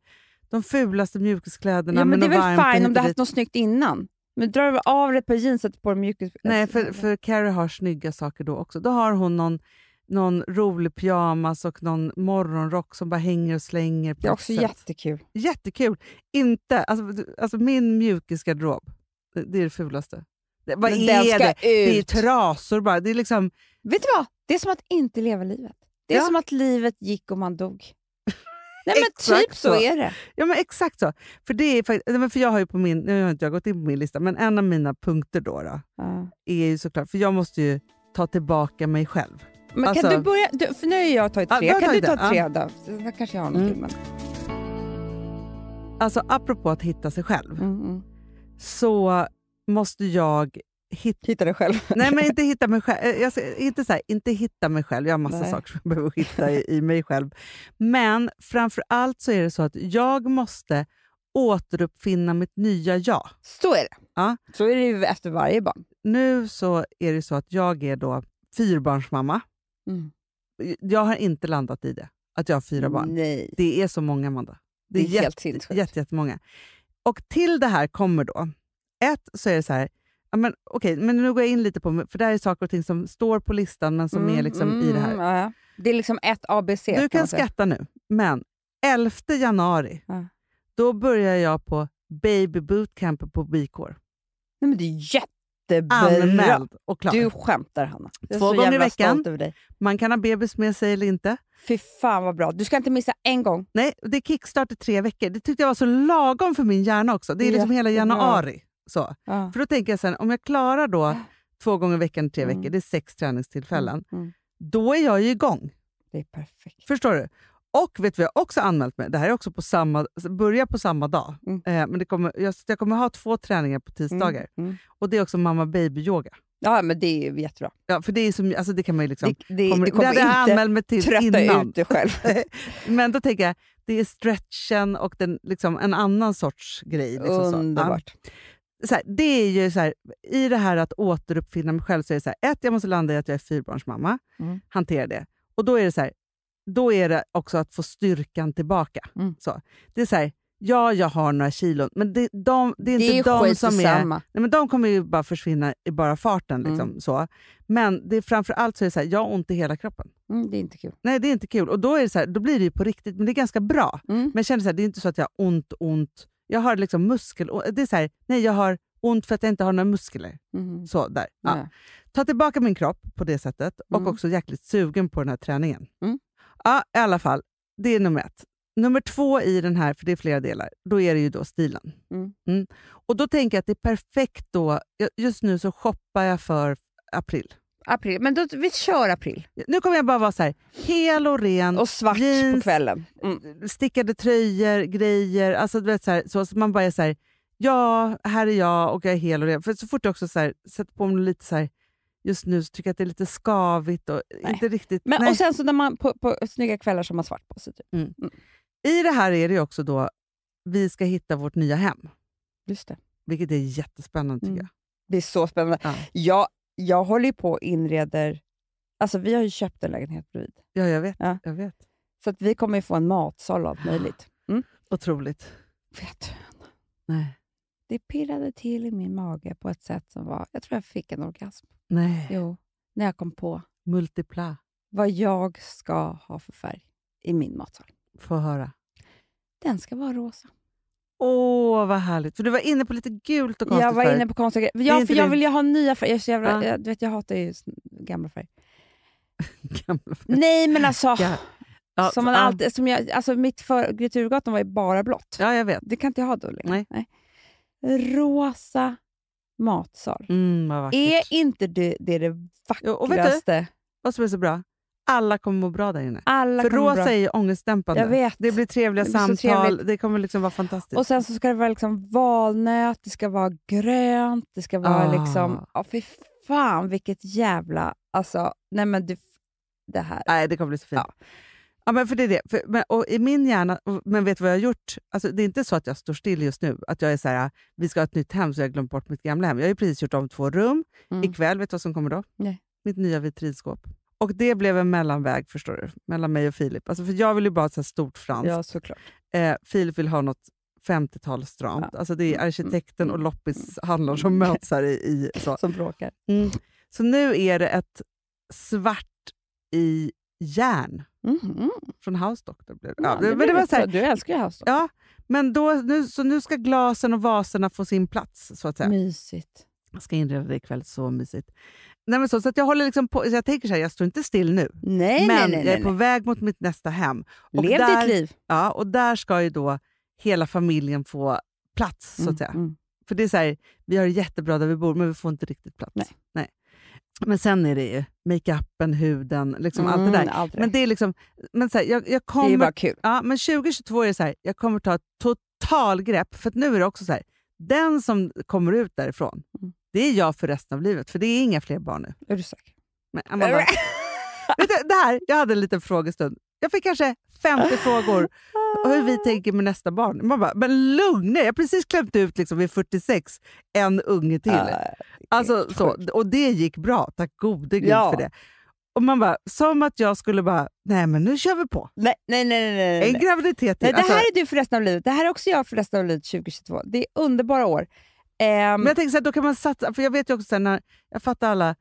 F: de fulaste mjukiskläderna.
E: ja, men det är
F: något varmt och
E: väl fine om
F: hit
E: du
F: och
E: haft
F: dit.
E: något snyggt innan. Men drar du av dig på jeans sätter på dig mjukis... Alltså,
F: Nej, för, för Carrie har snygga saker då också. Då har hon någon, någon rolig pyjamas och någon morgonrock som bara hänger och slänger. På
E: Det är
F: ett
E: också
F: sätt.
E: jättekul.
F: Jättekul! Inte, alltså, du- alltså min mjukisgarderob, det, det är det fulaste. Det, vad
E: Men den
F: är
E: ska
F: det? Det är
E: ut.
F: trasor bara. Det är liksom,
E: Vet du vad? Det är som att inte leva livet. Det är
F: Ja.
E: som att livet gick och man
F: <laughs>
E: dog. Nej men
F: Exakt
E: typ så
F: så.
E: är det.
F: ja, men exakt så. För, det är, fakt- nej, men för jag har ju på min, nu har inte jag gått in på min lista, men en av mina punkter då, då
E: Ja.
F: är ju såklart, för jag måste ju ta tillbaka mig själv.
E: Men
F: Alltså-
E: kan du börja? Du, för nu har jag tagit
F: Ja, Mm.
E: tre.
F: du
E: kan
F: har
E: du
F: tagit
E: ta
F: det,
E: tre då? Sen kanske jag har någonting. Men...
F: Alltså apropå att hitta sig själv,
E: Mm, mm.
F: så måste jag hitta
E: Hitta dig <laughs> själv.
F: Nej, men inte hitta mig själv. Eh, Jag, ska- inte, så här, inte hitta mig själv. Jag har massa
E: Nej.
F: saker som jag behöver hitta i, i mig själv. Men framför allt så är det så att jag måste återuppfinna mitt nya jag.
E: Så är det.
F: Ja.
E: Så är det ju efter varje barn.
F: Nu så är det så att jag är då fyrbarnsmamma.
E: Mm.
F: Jag har inte landat i det, att jag har fyra barn.
E: Nej.
F: Det är så många, Amanda.
E: Det är helt sinnessjukt.
F: jätte, jättemånga. Och till det här kommer då, ett så är det så här, ja, men, okej, men nu går jag in lite på, för det här är saker och ting som står på listan men som är
E: Mm,
F: liksom i det här.
E: mm, ja, ja. Det är liksom ett ABC.
F: Du
E: man
F: kan
E: säga.
F: skratta nu, men 11 januari,
E: Ja.
F: då börjar jag på Baby Bootcamp på Bikår.
E: Nej, men det är jättebra.
F: Anmäld och klar.
E: Du skämtar Hanna. Jag är
F: Två
E: så
F: gånger i
E: jävla
F: veckan.
E: stolt över dig.
F: Man kan ha bebis med sig eller inte.
E: Fy fan vad bra. Du ska inte missa en gång.
F: Nej, det är kickstart i tre veckor. Det tyckte jag var så lagom för min hjärna också. Det är liksom hela
E: Jättebra.
F: januari. Så.
E: Ja.
F: För då tänker jag sen, om jag klarar då två gånger i veckan i tre
E: Mm.
F: veckor, det är sex träningstillfällen,
E: Mm.
F: då är jag ju igång.
E: Det är perfekt.
F: Förstår du? Och vet du vad jag också anmält mig? Det här är också på samma, börjar på samma dag.
E: Mm.
F: Eh, men det kommer, jag, jag kommer ha två träningar på
E: Mm,
F: tisdagar.
E: mm.
F: Och det är också mamma baby-yoga.
E: Ja, men det är ju jättebra.
F: Ja, för det, är som, alltså det kan man ju liksom...
E: Det, det, kommer, det
F: det
E: kommer
F: hade jag
E: inte
F: anmält mig till
E: trötta
F: innan.
E: ut dig själv.
F: <laughs> Men då tänker jag, det är stretchen och den, liksom, en annan sorts grej. Liksom Så. Ja.
E: Underbart.
F: Så här, det är ju så här, I det här att återuppfinna mig själv så är det så här, ett, jag måste landa i att jag är fyrbarnsmamma.
E: Mm.
F: Hantera det. Och då är det så här, då är det också att få styrkan tillbaka.
E: Mm.
F: Så. Det är så här, ja jag har några kilon, men det, de, det är
E: Det
F: inte
E: är ju
F: de
E: skit
F: som är...
E: samma. Mm.
F: Nej, men de kommer ju bara försvinna i bara farten. Liksom, så. Men det är framför allt så är det så här, jag har ont i hela kroppen.
E: Mm, det är inte kul.
F: Nej, det är inte kul. Och då, är det så här, då blir det ju på riktigt, men det är ganska bra.
E: Mm.
F: Men jag känner så här, det är inte så att jag har ont, ont. Jag har liksom muskel... Det är så här, nej jag har ont för att jag inte har några muskler.
E: Mhm.
F: Så, där. Ja.
E: Nej.
F: Ta tillbaka min kropp på det sättet och
E: Mm.
F: också jäkligt sugen på den här träningen.
E: Mm.
F: Ja, i alla fall. Det är nummer ett. Nummer två i den här, för det är flera delar, då är det ju då stilen.
E: Mm.
F: Och då tänker jag att det är perfekt då. jag- Just nu så shoppar jag för april.
E: April. Men då, vi kör april.
F: Nu kommer jag bara vara så här, hel och ren.
E: Och svart på
F: Mm. Jeans.
E: kvällen. Mm.
F: stickade tröjor, grejer. Alltså, du vet, så, här, så, så man bara är så här, ja, här är jag och jag är hel och ren. För så fort jag också så här, sätter på mig lite så här, just nu så tycker jag att det är lite skavigt och
E: Nej.
F: inte riktigt...
E: Men,
F: nej.
E: och sen så när man på, på snygga kvällar som har svart på sig. Typ.
F: I det här är det ju också då, vi ska hitta vårt nya hem.
E: Just det.
F: Vilket är jättespännande tycker
E: Mm. det är så spännande.
F: Ja.
E: Jag, jag håller ju på och inreder... Alltså vi har ju köpt en lägenhet bredvid.
F: jag. Ja, jag vet.
E: Ja.
F: Jag vet.
E: Så att vi kommer ju få en matsal och allt möjligt.
F: Otroligt.
E: Vet du,
F: Nej.
E: det pirrade till i min mage på ett sätt som var... Jag tror jag fick en orgasm.
F: Nej.
E: Jo, när jag kom på
F: Multipla.
E: vad jag ska ha för färg i min matsal.
F: Få höra.
E: Den ska vara rosa.
F: Åh, vad härligt. För du var inne på lite gult och konstigt
E: Jag var
F: förut.
E: inne på konstiga grejer.
F: är
E: Ja,
F: inte
E: för jag
F: din-
E: vill ju ha nya färger. Jag, är så jävla,
F: Ja.
E: jag, du vet, jag hatar ju s- gamla färger.
F: <laughs> Gamla förut.
E: Nej, men alltså.
F: Ja. Ja,
E: Som man
F: ja.
E: alltid, som jag, alltså mitt för Greturgatan var ju bara blått.
F: ja, jag vet.
E: Det kan inte jag ha då längre.
F: Nej.
E: Rosa matsal.
F: Mm, vad vackert.
E: Är inte det det, är det
F: Jo, och vet du?
E: vackraste?
F: vad som är så bra? Alla kommer må bra där inne.
E: Alla
F: För
E: kommer må
F: rosa är ju ångestdämpande.
E: Jag vet.
F: Det blir trevliga
E: Det blir så
F: samtal,
E: trevligt.
F: det kommer liksom vara fantastiskt.
E: Och sen så ska det vara liksom valnöt, det ska vara grönt, det ska vara
F: Ah.
E: liksom... Ja, fy fan vilket jävla... Alltså, nej men du, det här.
F: Nej, det kommer bli så fint. Ja. Ja, men för det är det. För, men, och I min hjärna, och- men vet du vad jag har gjort? Alltså, det är inte så att jag står still just nu, att jag är så här, vi ska ha ett nytt hem så jag har glömt bort mitt gamla hem. Jag har ju precis gjort om två rum.
E: Mm.
F: Ikväll, vet du vad som kommer då?
E: Nej.
F: Mitt nya vitrinskåp. Och det blev en mellanväg, förstår du, mellan mig och Filip. Alltså, för jag vill ju bara ha ett så här stort franskt.
E: Ja, såklart.
F: Eh, Filip vill ha något 50-tal stramt. Alltså, det är arkitekten och loppishandlaren som möts här i... i så.
E: Som bråkar.
F: så nu är det ett svart i järn
E: Mhm.
F: från House Doctor. Blev det.
E: Ja,
F: Ja, det, men
E: blir
F: det var
E: rätt
F: så här,
E: bra. Du älskar ju House
F: Ja, men då, nu, så nu ska glasen och vaserna få sin plats, så att säga.
E: Mysigt.
F: Jag ska inreda det ikväll, så mysigt. Nej, men så, så att jag håller liksom på, så jag tänker så här, jag står inte still nu.
E: Nej,
F: men
E: nej,
F: jag
E: nej.
F: är på
E: nej,
F: väg mot mitt nästa hem.
E: nej.
F: och
E: Lev
F: där-
E: ditt liv.
F: Ja, och där ska ju då hela familjen få plats, så att säga.
E: Mm, mm.
F: För det är så här, vi har det jättebra där vi bor, men vi får inte riktigt plats.
E: Nej.
F: Men sen är det ju makeupen, huden, liksom allt det där.
E: Mm, allt det
F: Men
E: där.
F: det är liksom, men så här, jag, jag
E: Det är ju
F: kommer
E: bara kul.
F: Ja, men 2022 är det så här, jag kommer ta ett totalgrepp. För att nu är det också så här, den som kommer ut därifrån,
E: Mm.
F: det är jag för resten av livet. För det är inga fler barn nu.
E: Är du säker?
F: Men
E: <laughs>
F: Amanda, vet du, det här, jag hade en liten frågestund. Jag fick kanske 50 frågor om hur vi tänker med nästa barn. Man bara, men lugna er, jag har precis klämt ut liksom vid 46 en unge till.
E: Ja,
F: Alltså, så, och det gick bra, tack gode gud
E: Ja.
F: för det. Och man bara, som att jag skulle bara, nej men nu kör vi på.
E: nej, nej, nej, nej, nej.
F: En
E: nej.
F: graviditet till.
E: Nej, det
F: Alltså-
E: här är du för resten av livet. Det här är också jag för resten av livet 2022. Det är underbara år. Ehm,
F: Men jag tänker så här, då kan man satsa, för jag vet ju också så här, när, jag fattar alla,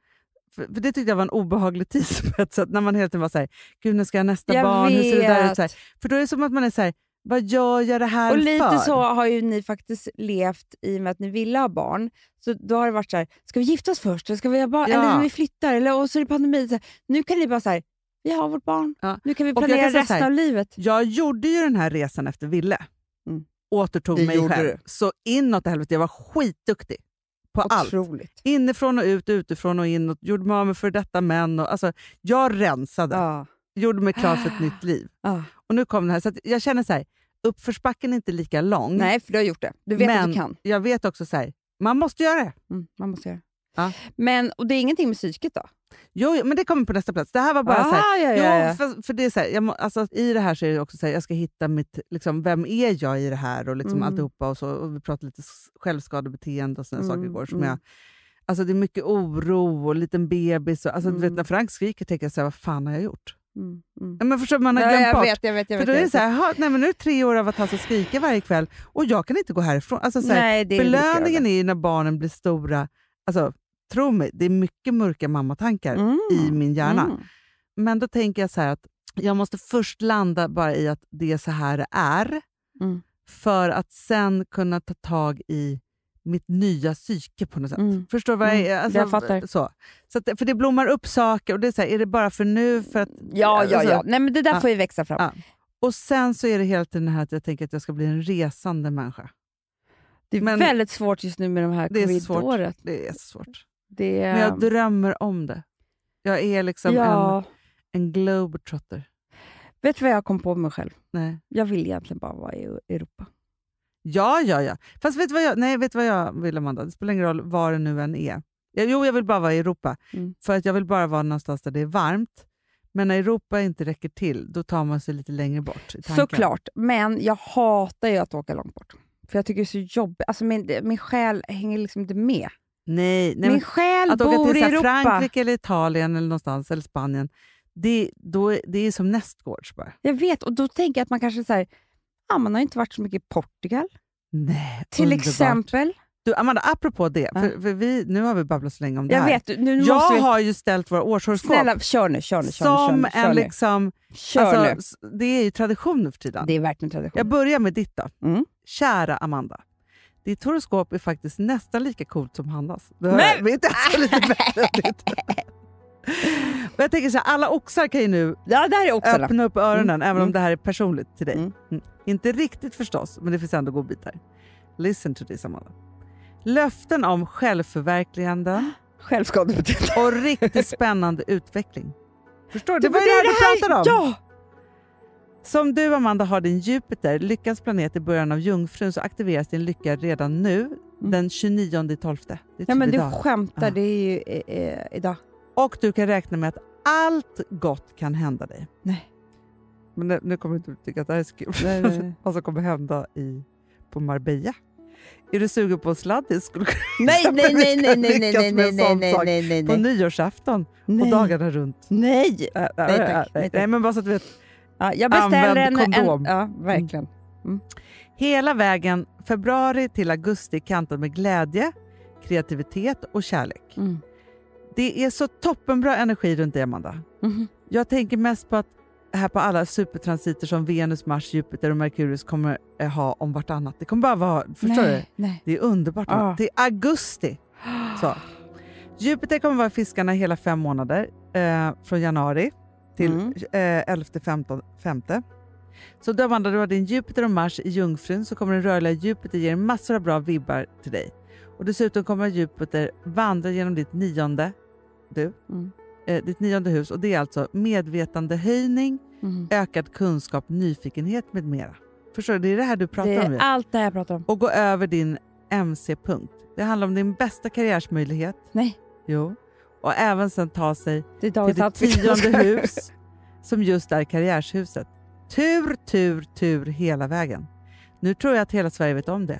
F: för, för det tyckte jag var en obehaglig tid <laughs> på ett sätt, när man hela tiden var såhär, gud när ska jag ha nästa
E: jag
F: barn, hur ser det där ut?
E: vet.
F: Så här, för då är det som att man är såhär, vad gör jag det här
E: Och lite
F: för?
E: så har ju ni faktiskt levt i och med att ni ville ha barn. Så då har det varit så här, ska vi gifta oss först? Eller ska vi ha barn?
F: Ja.
E: Eller när vi flyttar? Eller, och så är det pandemi. Så här, nu kan ni bara så här, vi har vårt barn.
F: Ja.
E: Nu kan vi
F: Och jag kan
E: planera
F: säga så
E: resten
F: här,
E: av livet.
F: Jag gjorde ju den här resan efter Ville,
E: Mm.
F: återtog
E: Det
F: mig
E: gjorde
F: själv.
E: du.
F: Så inåt helvete, jag var skitduktig på allt.
E: Otroligt.
F: Inifrån och ut, utifrån och inåt, gjorde mig av med för detta män. Och, alltså, jag rensade,
E: Ja.
F: gjorde mig
E: <gasps>
F: klar för ett nytt liv.
E: Ja.
F: Och nu kom det här, så att jag känner så här, uppförsbacken är inte lika lång.
E: Nej, för du har gjort det. Du vet att
F: Men-
E: du kan.
F: jag vet också så här, man måste göra det.
E: Mm, man måste göra.
F: Ja.
E: Men, och det är ingenting med psyket då?
F: Jo, jo, men det kommer på nästa plats. Det här var bara så här,
E: Ah, ja,
F: jo,
E: ja, ja.
F: För, för det är så här, jag må, alltså, I det här så är det också så här, jag ska hitta mitt, liksom, vem är jag i det här och liksom
E: Mm.
F: alltihopa och så. Och vi pratade lite s- självskadebeteende och sådana
E: Mm,
F: saker igår. Som
E: mm.
F: jag, alltså, det är mycket oro och liten bebis. Och, alltså, du vet,
E: Mm.
F: när Frank skriker tänker jag så här, vad fan har jag gjort?
E: Mm, mm.
F: Ja, men förstår du, man har
E: Ja,
F: glömt
E: jag
F: bort.
E: vet, jag vet. Jag vet,
F: för då
E: jag
F: är det
E: vet.
F: så här, "Ha, nej, men nu är det tre år av att han ska skrika varje kväll och jag kan inte gå härifrån. Alltså, så här,
E: Nej, det är mycket av
F: Belöningen är ju när barnen blir stora. Alltså, tro mig, det är mycket mörka mammatankar
E: Mm.
F: i min hjärna.
E: Mm.
F: Men då tänker jag så här att jag måste först landa bara i att det är så här det är.
E: Mm.
F: För att sen kunna ta tag i mitt nya psyke på något sätt.
E: Mm.
F: Förstår du vad jag
E: Mm,
F: är? Alltså,
E: jag fattar.
F: Så. Så att, det- för det blommar upp saker och det är så här, är det bara för nu? För att,
E: Ja, ja,
F: alltså,
E: ja. Nej, men det där
F: Ja.
E: får ju växa fram.
F: Ja. Och sen så är det hela tiden det här att jag tänker att jag ska bli en resande människa.
E: Det är
F: Men-
E: väldigt svårt just nu med de här
F: Det är så
E: covid-året.
F: svårt. Det är så svårt.
E: Det är...
F: Men jag drömmer om det. Jag är liksom
E: Ehm. ja.
F: en, en globetrotter.
E: Vet du vad jag kom på mig själv?
F: Nej.
E: Jag vill egentligen bara vara i Europa.
F: Ja, ja, ja. Fast vet du vad jag, nej, vet du vad jag vill, Amanda? Det spelar ingen roll var det nu än är. Ja, Jo, jag vill bara vara i Europa.
E: Mm.
F: För att jag vill bara vara någonstans där det är varmt. Men när Europa inte räcker till, då tar man sig lite längre bort. i tanken.
E: Såklart, men jag hatar ju att åka långt bort. För jag tycker det är så jobbigt. Alltså min, min själ hänger liksom inte med.
F: Nej, nej
E: min
F: men
E: själ
F: att åka
E: bor
F: till
E: i
F: så här,
E: Europa.
F: Frankrike, eller Italien eller någonstans, eller Spanien, det, då, är- det är som nästgårds bara.
E: Jag vet, och då tänker jag att man kanske så här, ja, man har inte varit så mycket i Portugal.
F: Nej,
E: Till
F: underbart.
E: exempel.
F: Du, Amanda, apropå det,
E: Ja.
F: för, för vi, nu har vi babblat så länge om det
E: Jag
F: här.
E: vet, nu
F: jag
E: måste vi...
F: har ju ställt våra årshoroskop
E: Snälla, kör nu, kör nu, kör
F: som
E: nu. Kör, nu, kör,
F: en
E: nu.
F: liksom...
E: kör
F: alltså, s- det är ju tradition nu för
E: nu.
F: tiden.
E: Det är verkligen tradition.
F: Jag börjar med ditt då.
E: Mm.
F: Kära Amanda. Ditt horoskop är faktiskt nästan lika coolt som Hannas. Det
E: Men-
F: är inte ens lite bättre än ditt.
E: <laughs>
F: Och jag tänker så här, alla oxar kan ju nu
E: Ja, det här är också
F: öppna upp öronen, även
E: Mm.
F: om det här är personligt till dig.
E: Mm.
F: Mm. Inte riktigt förstås, men det finns ändå godbitar. Listen to this Amanda. Löften om självförverkligande
E: självskadebeteende.
F: och
E: <laughs>
F: riktigt spännande utveckling. Förstår du? <laughs> Det
E: Men
F: var ju det här du pratade om. Typ
E: Ja!
F: Som du Amanda har din Jupiter, lyckans planet i början av jungfrun så aktiveras din lycka redan nu den 29 12. Det är typ
E: Nej, Mm. men du
F: idag.
E: skämtar,
F: Ja.
E: det är ju eh, eh, idag.
F: Och du kan räkna med att allt gott kan hända dig.
E: Nej.
F: men nu, nu kommer du inte tycka att det här är så kul.
E: Nej, nej, nej.
F: <laughs> Vad som kommer hända i, på Marbella. Är du sugen på sladdis? Skulle du
E: Nej,
F: Jag
E: nej, nej, nej,
F: behöver
E: nej, nej,
F: lyckas
E: nej,
F: med
E: nej,
F: en
E: nej,
F: sån
E: nej,
F: sak
E: nej, nej,
F: på
E: nej,
F: nyårsafton och
E: nej,
F: dagarna runt?
E: nej.
F: Äh, äh,
E: Nej,
F: äh,
E: tack.
F: äh,
E: Nej,
F: nej,
E: tack.
F: men bara så att du vet.
E: Ja, jag beställer
F: Använd
E: en,
F: kondom.
E: en... Ja, verkligen.
F: Hela vägen februari till augusti kantad med glädje, kreativitet och kärlek.
E: Mm.
F: Det är så toppenbra energi runt dig, Amanda.
E: Mhm.
F: Jag tänker mest på att här på alla supertransiter som Venus, Mars, Jupiter och Merkurius kommer eh, ha om vartannat. Det kommer bara vara, förstår du?
E: nej, Ah. nej.
F: Det är underbart.
E: Ja.
F: Det är augusti. Så. Jupiter kommer vara i fiskarna hela fem månader. Eh, från januari till
E: Mm.
F: eh, 11 15, femte. Så du Amanda, du har din Jupiter och Mars i Jungfrun så kommer den rörliga Jupiter ge dig massor av bra vibbar till dig. Och dessutom kommer Jupiter vandra genom ditt nionde, du,
E: Mm.
F: eh, ditt nionde hus och det är alltså medvetandehöjning,
E: Mhm.
F: ökad kunskap, nyfikenhet med mera. Förstår du? Det är det här du pratar
E: Det
F: om. ju
E: är allt det här jag pratar om.
F: och gå över din MC-punkt. Det handlar om din bästa karriärsmöjlighet.
E: Nej,
F: Jo. Och även sen ta sig
E: det är
F: till
E: David
F: ditt
E: Hallqvist.
F: tionde hus som just är karriärshuset. Tur, tur, tur hela vägen. Nu tror jag att hela Sverige vet om det.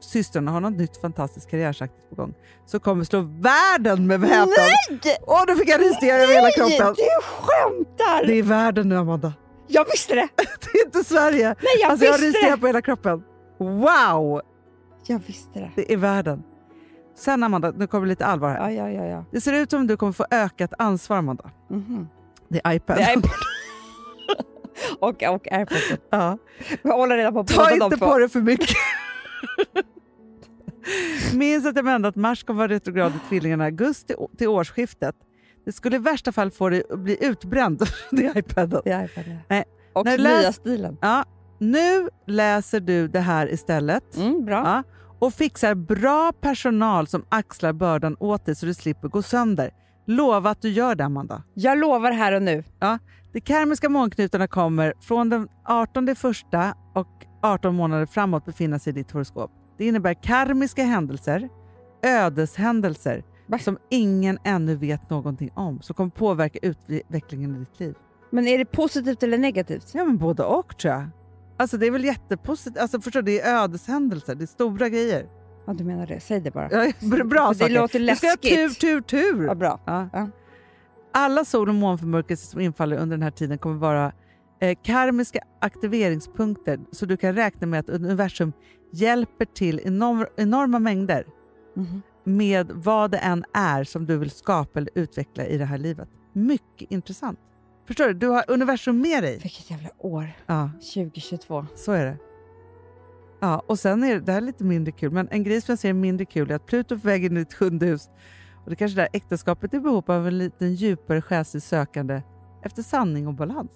F: Systrarna har något nytt fantastiskt karriärsaktigt på gång som kommer slå världen med väpnad.
E: Nej!
F: Åh, nu fick jag rysningar över hela kroppen.
E: Du skämtar!
F: Det är världen nu, Amanda. <laughs>
E: Jag visste det!
F: Det är inte Sverige.
E: Nej, jag
F: Alltså, jag har
E: visste
F: rysningar
E: det!
F: på hela kroppen. Wow!
E: Jag visste det.
F: Det är världen. Sen Amanda, nu kommer lite allvar här.
E: Ja, ja, ja. ja.
F: Det ser ut som du kommer få ökat ansvar Amanda. <laughs>
E: Mhm.
F: Det är iPad.
E: Det är <laughs> och, och airpods.
F: ja.
E: Jag håller reda på
F: Ta
E: båda de
F: inte
E: två.
F: på dig för mycket. <laughs> Minns att jag nämnde att Mars kommer vara retrograd i tvillingarna i augusti å- till årsskiftet. Det skulle i värsta fall få dig att bli utbränd. <laughs> det är iPaden.
E: Det är iPad, ja.
F: Nej.
E: Och
F: När du
E: nya
F: läs-
E: stilen.
F: Ja. Nu läser du det här istället
E: Mm, bra.
F: Ja. och fixar bra personal som axlar bördan åt dig så du slipper gå sönder. Lova att du gör det Amanda.
E: Jag lovar här och nu.
F: De karmiska månknutarna kommer från den 18 första och 18 månader framåt befinna sig i ditt horoskop. Det innebär karmiska händelser, ödeshändelser
E: Va?
F: som ingen ännu vet någonting om som kommer påverka utvecklingen i ditt liv.
E: Men är det positivt eller negativt?
F: Ja, men både och tror jag. Alltså det är väl jättepositivt. Alltså förstår du, det är ödeshändelser, det är stora grejer.
E: Ja, du menar det. Säg det bara.
F: Ja, <laughs> bra- bra
E: det
F: saker.
E: låter
F: Du ska ha tur,
E: läskigt.
F: tur, tur.
E: Ja, bra.
F: Ja.
E: Ja.
F: Alla sol och månförmörkelser som infaller under den här tiden kommer vara eh, karmiska aktiveringspunkter så du kan räkna med att universum hjälper till enorm, enorma mängder
E: Mhm.
F: med vad det än är som du vill skapa eller utveckla i det här livet. Mycket intressant. Förstår du? Du har universum med dig.
E: Vilket jävla år.
F: Ja,
E: 2022.
F: så är det. Ja, och sen är det, det här är lite mindre kul, men en grej som jag ser är mindre kul är att Pluto är på väg in i ditt sjunde hus. Och det kanske där äktenskapet är behov av en liten djupare själsligt sökande efter sanning och balans.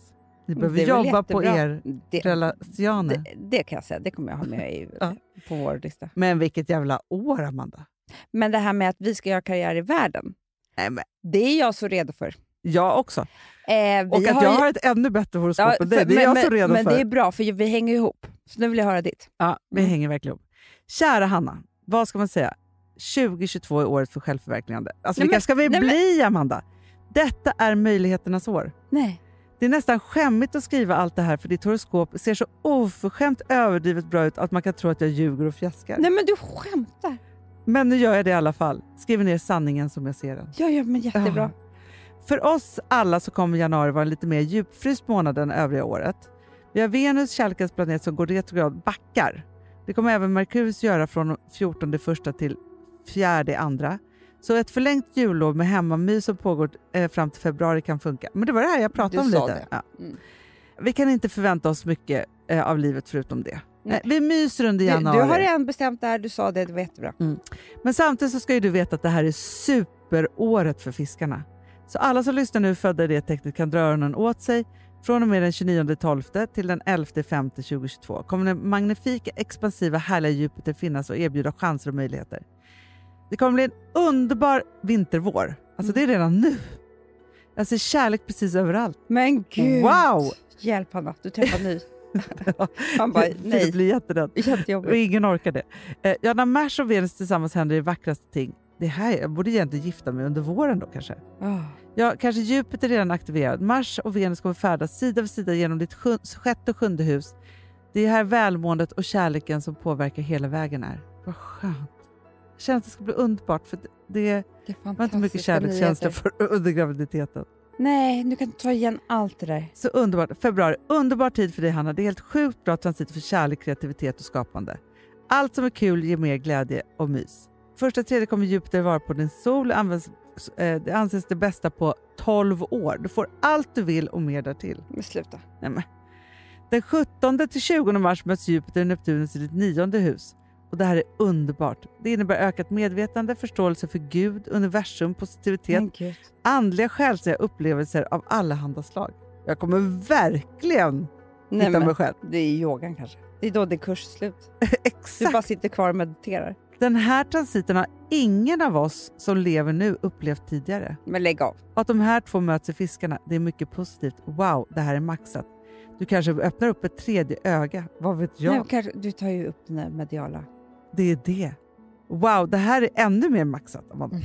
F: Ni behöver
E: Mm, Det är väl
F: jobba på
E: jättebra.
F: er
E: Det,
F: relationer.
E: det, det kan jag säga. Det kommer jag ha med i,
F: Ja.
E: på vår lista.
F: Men vilket jävla år, Amanda.
E: Men det här med att vi ska göra karriär i världen,
F: Nej, men
E: det är jag så redo för.
F: jag också.
E: Eh, vi
F: Och att
E: har
F: jag
E: ju-
F: har ett ännu bättre horoskop
E: Ja,
F: än dig,
E: för-
F: det är jag så redo
E: men
F: för.
E: det är bra, för vi hänger ihop. Så nu vill jag höra ditt.
F: Ja, vi
E: Mm.
F: hänger verkligen ihop. Kära Hanna, vad ska man säga? 2022 är året för självförverkligande. Alltså,
E: Nej,
F: vilka
E: men-
F: ska vi
E: nej, men-
F: bli, Amanda? Detta är möjligheternas år.
E: Nej.
F: Det är nästan skämmigt att skriva allt det här för ditt horoskop ser så oförskämt överdrivet bra ut att man kan tro att jag ljuger och fjäskar.
E: Nej, men du skämtar.
F: Men nu gör jag det i alla fall. Skriver ner sanningen som jag ser den.
E: Ja, ja, men jättebra.
F: För oss alla så kommer januari vara en lite mer djupfryst månad än övriga året. Vi har Venus, kärlekens planet, som går retrograd backar. Det kommer även Merkurius göra från 14 första till 4 andra. Så ett förlängt jullov med hemmamys som pågår eh, fram till februari kan funka. Men det var det här jag pratade
E: Du
F: om
E: sa
F: lite.
E: det.
F: Ja.
E: Mm.
F: Vi kan inte förvänta oss mycket eh, av livet förutom det.
E: Nej.
F: Eh, Vi myser under
E: Du, du
F: januari.
E: har redan bestämt det här, du sa det, det var jättebra.
F: Men samtidigt så ska ju du veta att det här är superåret för fiskarna. Så alla som lyssnar nu födda i det tecknet kan dra öronen åt sig från och med den 29.12 till den 11.5.2022 kommer den magnifika, expansiva, härliga Jupiter finnas och erbjuda chanser och möjligheter. Det kommer bli en underbar vintervår. Alltså det är redan nu. Jag ser kärlek precis överallt.
E: Men gud!
F: Wow!
E: Hjälp Hanna, du träffar
F: <laughs>
E: ny. Han bara,
F: Det
E: nej,
F: blir jätterädd. Och
E: jättejobbigt.
F: ingen orkar det. Eh, ja, när Mars och Venus tillsammans händer det vackraste ting. Det här, jag borde egentligen gifta mig under våren då kanske.
E: Ah.
F: Ja, kanske Jupiter är redan aktiverad. Mars och Venus kommer färdas sida vid sida genom ditt sjun- sjätte och sjunde hus. Det är här välmåendet och kärleken som påverkar hela vägen är. Vad skönt. Jag känner att det ska bli underbart för det
E: Det är
F: var inte mycket kärlekskänsla för <laughs> under graviditeten.
E: Nej, du kan ta igen allt det där.
F: Så underbart. Februari, underbar tid för dig Hanna. Det är helt sjukt bra transit för kärlek, kreativitet och skapande. Allt som är kul ger mer glädje och mys. Första tredje kommer Jupiter vara på din sol. Används, eh, det anses det bästa på 12 år. Du får allt du vill och mer därtill.
E: Men sluta.
F: Nej, men. Den 17 till 20 mars möts Jupiter och Neptunus i ditt nionde hus. Och Det här är underbart. Det innebär ökat medvetande, förståelse för Gud, universum, positivitet,
E: Men gud.
F: andliga själsliga upplevelser av allehanda slag. Jag kommer verkligen
E: Nej,
F: hitta
E: men,
F: mig själv. <laughs>
E: det är yogan kanske. Det är då din kurs är slut. Du
F: Exakt.
E: bara sitter kvar och mediterar.
F: Den här transiten har ingen av oss som lever nu upplevt tidigare.
E: Men lägg av.
F: Och Att de här två möts i fiskarna, det är mycket positivt. Wow, det här är maxat. Du kanske öppnar upp ett tredje öga, vad vet jag?
E: Nej, och kanske, du tar ju upp den där mediala.
F: Det är det. Wow, det här är ännu mer maxat. Amanda.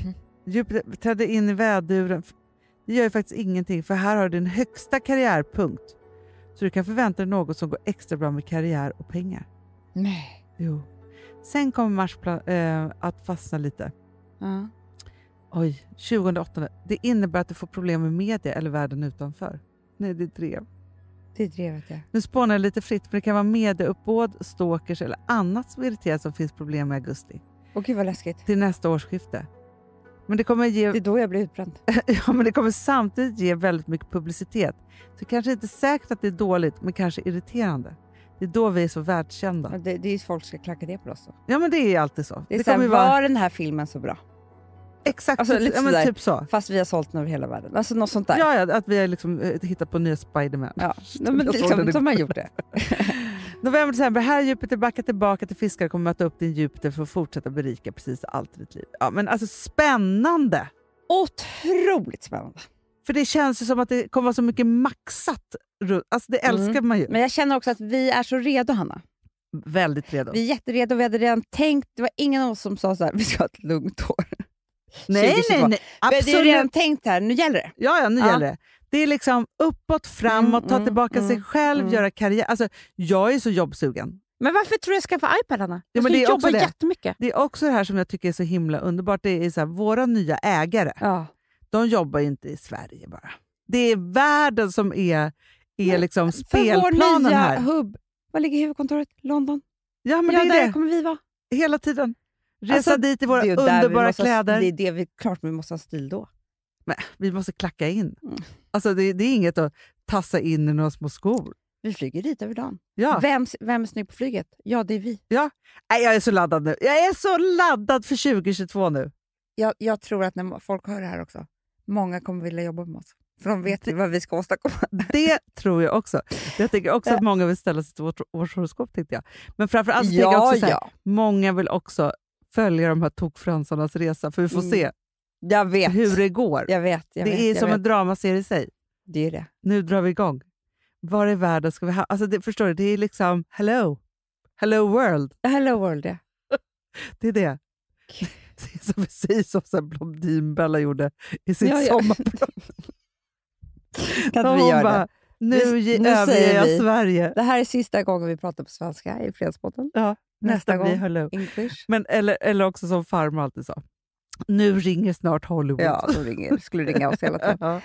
F: Jupiter trädde in i väduren. Det gör ju faktiskt ingenting, för här har du din högsta karriärpunkt. Så du kan förvänta dig något som går extra bra med karriär och pengar.
E: Nej.
F: Jo. Sen kommer Mars pla- eh, att fastna lite.
E: Ja.
F: Oj, 2008. Det innebär att du får problem med media eller världen utanför. Nej, det är drev.
E: Det drevet jag.
F: Nu spånar jag lite fritt, men det kan vara medieuppbåd, stalkers eller annat som irriterar som finns problem med i augusti.
E: Åh gud vad läskigt.
F: Till nästa årsskifte. Men det kommer ge
E: Det är då jag blir utbränd.
F: <laughs> Ja, men det kommer samtidigt ge väldigt mycket publicitet. Så kanske inte säkert att det är dåligt, men kanske irriterande. Det är då vi är så världskända.
E: Men Det, det är ju folk som ska klacka det på oss. Då.
F: Ja, men det är alltid så.
E: Det är
F: kommer
E: såhär,
F: ju vara
E: var den här filmen så bra?
F: exakt
E: alltså,
F: typ,
E: lite
F: ja, men
E: sådär.
F: typ så.
E: Fast vi har sålt den över hela världen. Alltså något sånt där.
F: Ja, ja, att vi har liksom, eh, hittat på nya Spiderman.
E: Ja, Nej, men
F: Jag såg
E: liksom,
F: den
E: de har gjort det.
F: November, december. Här är Jupiter backar tillbaka till fiskar och kommer möta upp din Jupiter för att fortsätta berika precis allt i ditt liv. Ja, men alltså spännande!
E: Otroligt spännande.
F: För det känns ju som att det kommer vara så mycket maxat. runt- Alltså det älskar man ju.
E: Mm. Men jag känner också att vi är så redo, Hanna.
F: Väldigt redo.
E: Vi är jätteredo. Vi hade redan tänkt. Det var ingen av oss som sa så här, <laughs> vi ska ha ett lugnt år.
F: nej,
E: 2022.
F: nej, nej.
E: Men det är
F: Absolut
E: redan tänkt här, nu gäller det.
F: Ja, ja nu
E: Ja.
F: gäller det. Det är liksom uppåt, framåt,
E: Mm,
F: ta
E: mm,
F: tillbaka sig
E: mm,
F: själv,
E: mm.
F: göra karriär. Alltså, jag är så jobbsugen.
E: Men varför tror du jag skaffade iPad, Hanna?
F: Ja,
E: Jag
F: men
E: ska ju
F: det är också
E: jobba
F: det.
E: jättemycket.
F: Det är också det här som jag tycker är så himla underbart. Det är så här, våra nya ägare,
E: Ja.
F: de jobbar ju inte i Sverige bara. Det är världen som är, är
E: Nej,
F: liksom
E: För vår
F: spelplanen
E: nya
F: här.
E: hubb. Var ligger huvudkontoret? London?
F: Ja, men
E: ja,
F: det
E: där
F: är det.
E: kommer vi vara.
F: Hela tiden. Resa
E: Alltså,
F: dit i våra
E: Det är ju där vi
F: underbara
E: måste ha-
F: kläder.
E: Det är det vi, klart vi måste ha stil då.
F: Men, vi måste klacka in.
E: Mm.
F: Alltså, det, det är inget att tassa in i några små skor.
E: Vi flyger dit över dagen.
F: Ja.
E: Vem, vem är snygg på flyget? Ja, det är vi.
F: Nej, jag är så laddad nu. Jag är så laddad för 2022 nu.
E: Jag, jag tror att när folk hör det här också, många kommer vilja jobba med oss. För de vet ju vad vi ska
F: <laughs>
E: åstadkomma. <laughs>
F: Det tror jag också. Jag tänker också att många vill ställa sig till vårt årshoroskop. Tänkte jag. Men framförallt tänker jag också så här, många vill också följa de här tokfransarnas resa, för vi får
E: Mm,
F: se
E: Jag vet.
F: hur det går.
E: Jag vet. Jag
F: det
E: vet,
F: är
E: jag
F: som
E: vet.
F: en dramaserie i sig.
E: Det är det.
F: Nu drar vi igång. Var i världen ska vi ha... Alltså det, förstår du, det är liksom hello. Hello world.
E: Hello world,
F: <laughs>
E: ja.
F: Det är det. <laughs> Det är som precis som så här Blondinbella gjorde i sitt
E: Ja, ja.
F: sommarprat.
E: Kan inte vi
F: Hon
E: göra det?
F: bara, nu,
E: Vi- nu
F: överger
E: säger
F: jag
E: vi-
F: Sverige.
E: Det här är sista gången vi pratar på svenska i Fredspodden.
F: Ja,
E: Nästa
F: nästan blir
E: gång.
F: hello.
E: English.
F: Men, eller, eller också som farmor alltid sa. Nu ringer snart Hollywood. <laughs>
E: Ja, de ringer, skulle ringa oss hela tiden.
F: Ja.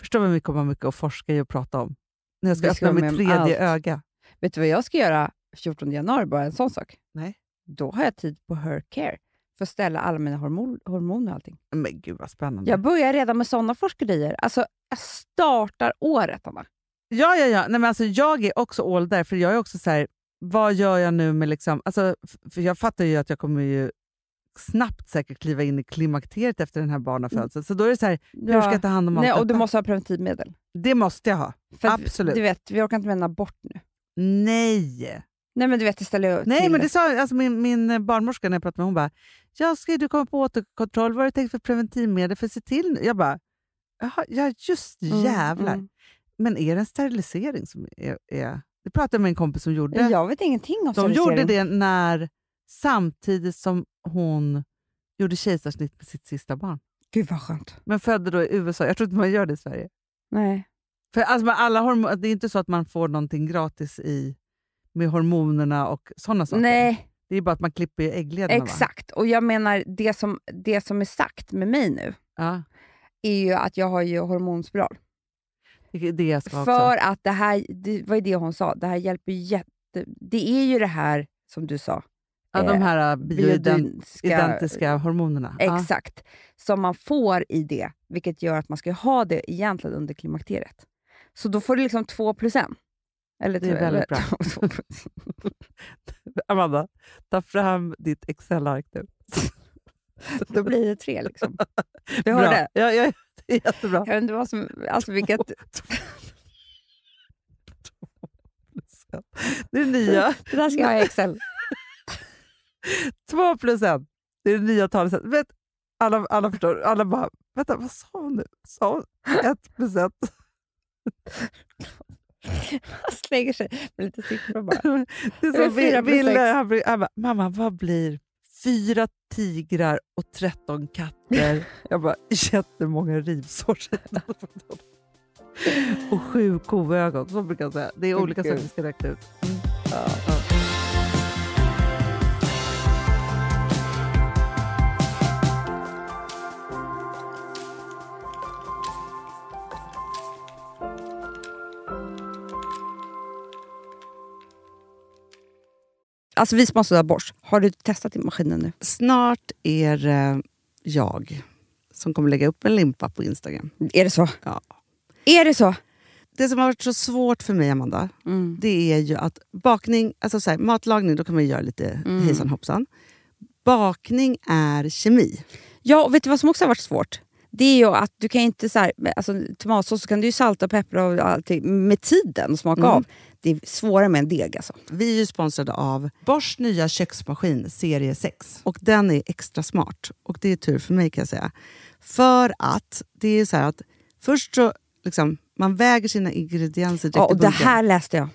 F: Förstår vad vi kommer ha mycket att forska i och prata om. När jag ska,
E: Vi ska
F: öppna
E: vara
F: mitt
E: med om
F: tredje
E: allt.
F: öga.
E: Vet du vad jag ska göra 14 januari, bara en sån sak?
F: Nej.
E: Då har jag tid på Her Care för att ställa alla mina hormon, hormoner och allting.
F: Men gud vad spännande.
E: Jag börjar redan med såna forskerier. Alltså, jag startar året, Anna.
F: Ja, ja, ja. Nej, men alltså, jag är också all där, för jag är också så här, vad gör jag nu med liksom... Alltså, f- för jag fattar ju att jag kommer ju snabbt säkert kliva in i klimakteriet efter den här barnafödseln. Så då är det så här, hur ska jag ta hand om allt
E: Nej, och Du
F: detta?
E: måste ha preventivmedel.
F: Det måste jag ha.
E: För att,
F: Absolut.
E: Du vet, vi orkar inte med en abort nu.
F: Nej!
E: Nej, men du vet, det ställer jag
F: Nej,
E: till
F: men det sa alltså min, min barnmorska när jag pratade med hon bara, jag ska ju du komma på återkontroll, vad har du tänkt för preventivmedel för att se till nu?" Jag bara, Jaha, ja just
E: Mm,
F: jävlar.
E: mm.
F: Men är det en sterilisering som är... är... Det pratade jag med en kompis som gjorde.
E: Jag vet ingenting om
F: De gjorde
E: sterilisering.
F: det när, samtidigt som hon gjorde kejsarsnitt med sitt sista barn.
E: Gud vad skönt.
F: Men födde då i USA. Jag tror inte man gör det i Sverige.
E: Nej.
F: För alltså, med alla hormon, det är inte så att man får någonting gratis i, med hormonerna och sådana saker.
E: Nej,
F: Det är bara att man klipper ju äggledarna. Va?
E: exakt. Och jag menar, det som, det som är sagt med mig nu
F: Ja,
E: är ju att jag har ju hormonspiral.
F: det är det jag ska också.
E: För att det här, det var ju det hon sa, det här hjälper ju jätte... Det är ju det här som du sa,
F: Ja, de här eh, bioidentiska
E: bioidentiska...
F: hormonerna. Ja.
E: Exakt. Som man får i det, vilket gör att man ska ha det egentligen under klimakteriet. Så då får du liksom 2 procent. Eller
F: Det är
E: två-
F: väldigt
E: eller
F: bra.
E: två- två procent.
F: Amanda, ta fram ditt Excel-ark nu.
E: då blir det 3 <laughs> liksom. Du
F: Bra.
E: hörde?
F: Ja, ja, <laughs> det är jättebra.
E: Jag vet inte vad som... Alltså vilket...
F: Det är det nya.
E: <laughs> Det där ska jag ha i Excel. <laughs>
F: Två plus en. Det är det nya talesättet. Vet, alla, alla förstår. Alla bara, vänta, vad sa hon nu? Sa hon ett plus ett?
E: Han slänger sig med lite siffror bara.
F: Det är
E: Är det
F: som Vi-
E: fyra plus
F: Ville,
E: sex?
F: han, blir- han bara, mamma vad blir fyra tigrar och tretton katter? <laughs> Jag bara, jättemånga rivsår. <laughs> och sju koögon, så brukar jag säga. Det är
E: Men
F: olika
E: gud.
F: saker vi ska räkna ut.
E: Alltså vi som har sådär borst, har du testat i maskinen nu?
F: Snart är eh, jag som kommer lägga upp en limpa på Instagram.
E: Är det så?
F: Ja.
E: Är det så?
F: Det som har varit så svårt för mig, Amanda,
E: Mm.
F: det är ju att bakning, alltså så här, matlagning, då kan man ju göra lite
E: Mm.
F: hejsan hoppsan. Bakning är kemi.
E: Ja, och vet du vad som också har varit svårt? Det är ju att du kan ju inte så här, alltså, tomatsås så kan du ju salta och peppra och allt med tiden och
F: Mm.
E: smaka av. Det är svårare med en deg alltså.
F: Vi är ju sponsrade av Bors nya köksmaskin serie 6. Och den är extra smart. Och det är tur för mig kan jag säga. För att det är så här att först så liksom, man väger sina ingredienser direkt
E: Ja, och
F: i
E: det
F: bunken.
E: här läste jag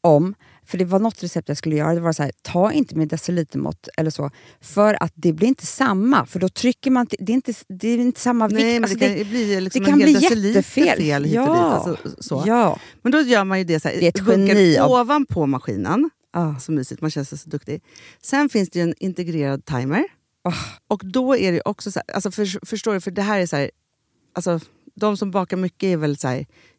E: om. För det var något recept jag skulle göra. Det var så här, ta inte med decilitermått eller så. För att det blir inte samma. För då trycker man... till- Det är inte, det är inte samma
F: Nej,
E: vikt.
F: men
E: Alltså,
F: det kan ju bli liksom
E: det kan
F: en hel
E: bli
F: deciliter
E: jättefel.
F: fel hit och dit.
E: Ja.
F: Alltså, så.
E: Ja.
F: Men då gör man ju det så här,
E: Det är ett
F: bunkar
E: geni av-
F: ovanpå maskinen.
E: Ah.
F: Så mysigt, man känns så duktig. Sen finns det ju en integrerad timer.
E: Ah.
F: Och då är det ju också så här, alltså för, förstår du, för det här är så här, alltså de som bakar mycket är väl så här,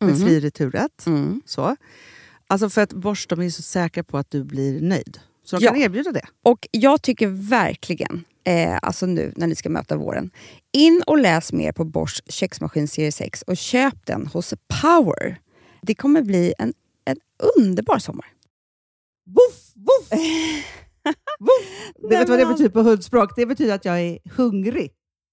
F: med fri returrätt. Så. Alltså för att Bosch de är ju så säkra på att du blir nöjd. Så de
E: Ja.
F: kan erbjuda det.
E: Och jag tycker verkligen, eh, alltså nu när ni ska möta våren, in och läs mer på Bosch köksmaskin serie 6 och köp den hos Power. Det kommer bli en, en underbar sommar.
F: Woof,
E: <laughs>
F: woof, woof. Det,
E: Nej,
F: vet du vad det
E: men-
F: betyder på hundspråk? Det betyder att jag är hungrig.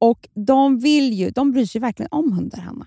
E: Och de vill ju, de bryr sig verkligen om hundar, Hanna.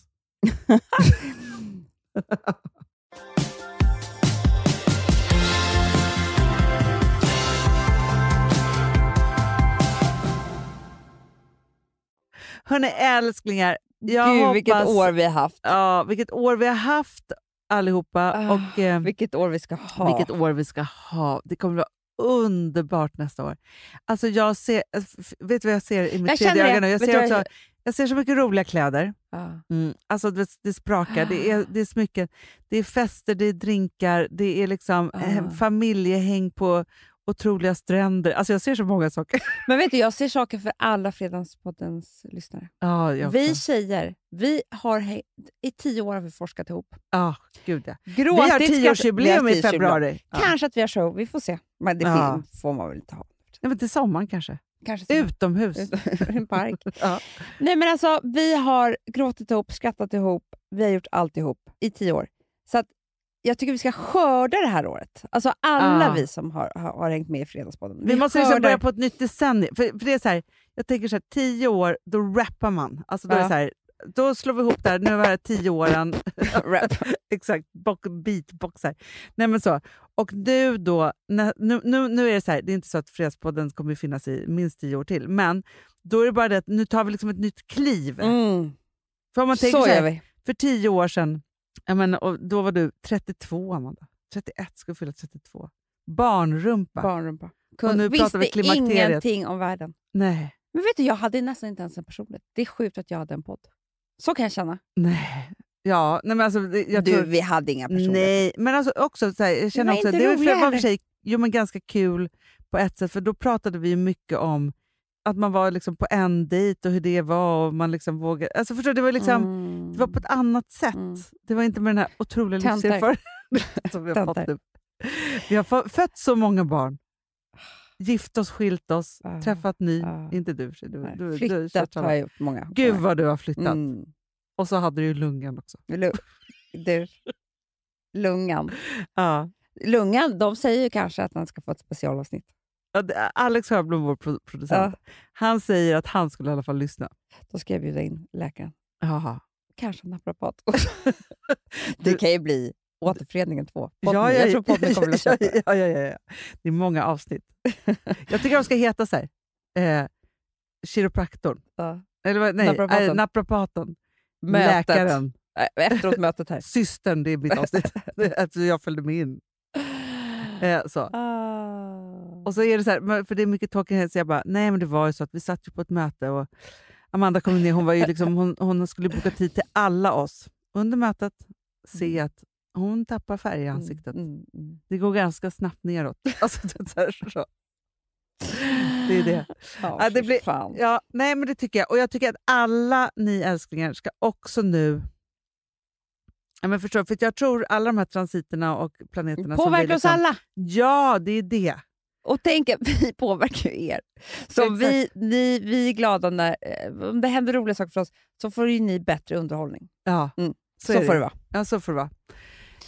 F: <laughs> Hörni älsklingar, jag
E: Gud,
F: hoppas...
E: vilket år vi har haft.
F: Ja, vilket år vi har haft allihopa
E: Ah,
F: och eh,
E: Vilket år vi ska ha.
F: vilket år vi ska ha. Det kommer vara underbart nästa år. Alltså jag ser, f- vet du vad jag ser i mitt
E: Jag känner
F: tredje
E: det.
F: öga nu? Jag
E: Vet du
F: ser,
E: vad jag- Mm.
F: också, jag ser så mycket roliga kläder.
E: Ja.
F: Alltså det, det sprakar, det
E: <gasps>
F: är, det är smycken, det är fester, det är drinkar, det är liksom eh,
E: Ah.
F: familjehäng på otroliga stränder. Alltså jag ser så
E: <laughs>
F: många saker.
E: Men vet du, jag ser saker för alla Fredagspoddens lyssnare.
F: Ja, jag
E: Vi
F: också.
E: tjejer, vi har he- i tio år har vi forskat ihop.
F: Ja, gud ja. Vi
E: Gråtit,
F: har
E: skrattat-
F: tioårsjubileum
E: vi
F: i
E: har tioårsjubileum.
F: februari. Ja.
E: Kanske att vi har show, vi får se. Men det
F: Ja.
E: fin- får man väl inte ha.
F: Nej, men till sommaren kanske.
E: Kanske som- <laughs>
F: Utomhus.
E: i en park.
F: <laughs> Ja.
E: Nej men alltså, vi har gråtit ihop, skrattat ihop, vi har gjort allt ihop i tio år. Så att jag tycker vi ska skörda det här året. Alltså alla
F: Ah.
E: vi som har, har, har hängt med i Fredagspodden.
F: Vi måste liksom
E: skördar-
F: börja på ett nytt decennium. För, för det är så här, jag tänker så här, tio år, då rappar man. Alltså då, är det
E: Ja.
F: så här, då slår vi ihop det här, nu har vi här tio åren.
E: <laughs> Rap.
F: <laughs> Exakt, bock, beatboxar. Nej men så. Och nu då, nä- nu, nu, nu är det så här, det är inte så att Fredagspodden kommer finnas i minst tio år till, men då är det bara det att nu tar vi liksom ett nytt kliv.
E: Mm.
F: För om man tänker
E: Så
F: så
E: gör
F: här,
E: vi.
F: för tio år sedan, jag menar, och då var du 32 Amanda. 31, skulle fylla 32. Barnrumpa.
E: Barnrumpa.
F: Och nu pratar vi
E: visste
F: klimakteriet.
E: ingenting om världen.
F: Nej,
E: Men vet du, jag hade nästan inte ens en personlighet. Det är sjukt att jag hade en podd. Så kan jag känna.
F: nej. Ja, nej men alltså, det- jag
E: du,
F: tror...
E: vi hade inga personligheter.
F: Nej, men alltså också, så här, jag känner
E: var
F: också,
E: inte
F: att det var,
E: roliga
F: för, var för
E: heller.
F: sig jo, men ganska kul på ett sätt, för då pratade vi ju mycket om att man var liksom på en dejt och hur det var. Och man liksom vågade, alltså förstår, du, det, var liksom,
E: Mm.
F: det var på ett annat sätt.
E: Mm.
F: Det var inte med den här otroliga
E: Töntar. Mm.
F: livserfarenheten som vi har fått
E: Töntar.
F: nu. Vi har fa- fött så många barn. Gift oss, skilt oss,
E: Ah,
F: träffat ny.
E: ah.
F: Inte du, för sig, du,
E: Nej,
F: du, du, har
E: Flyttat
F: kört
E: har
F: alla.
E: jag gjort många.
F: Gud vad du har flyttat.
E: Mm.
F: Och så hade du ju lungan också.
E: Lu- Du. Lungan.
F: Ja.
E: Lungan, de säger ju kanske att man ska få ett specialavsnitt.
F: Ja, det- Alex Högblom, vår pro- producent, han säger att han skulle i alla fall lyssna.
E: Då ska jag bjuda in läkaren.
F: Jaha.
E: Kanske en naprapat.
F: <laughs>
E: det kan ju bli återföreningen två. Podden.
F: Ja, ja,
E: jag tror podden
F: <laughs>
E: kommer att
F: ja,
E: köpa.
F: ja, ja, ja, ja. Det är många avsnitt. jag tycker de ska heta så här. Eh, kiropraktorn.
E: Ja.
F: Eller vad- nej,
E: Naprapaten.
F: naprapaten. Eh, naprapaten
E: Mötet.
F: läkaren.
E: Äh, Efteråt mötet
F: <laughs>
E: här.
F: Systern, det är mitt avsnitt. <laughs> Alltså, jag följde med in. Eh, så.
E: Ah.
F: Och så är det så här, men- för det är mycket talking heads, så jag bara, nej men det var ju så att vi satt ju på ett möte och Amanda kom ner, hon, var ju liksom, hon, hon skulle boka tid till alla oss. Under mötet ser jag att hon tappar färg i ansiktet.
E: Mm, mm,
F: Det går ganska snabbt neråt. <laughs> Alltså, det, är så här, så. det
E: <laughs>
F: är det.
E: Mm. Ja,
F: Ja, det
E: fy
F: blir-
E: fan.
F: Ja, nej men det tycker jag. Och jag tycker att alla ni älsklingar ska också nu Ja, men förstår, du? för att jag tror alla de här transiterna och planeterna... som vi
E: Påverkar oss
F: liksom-
E: alla.
F: Ja, det är det.
E: Och tänk <laughs> att vi påverkar ju er. Så
F: Exakt.
E: vi, ni, vi är glada när eh, om det händer roliga saker för oss, så får ju ni bättre underhållning.
F: Ja,
E: Mm.
F: så,
E: Så,
F: är
E: får det vara.
F: Ja, så får det vara.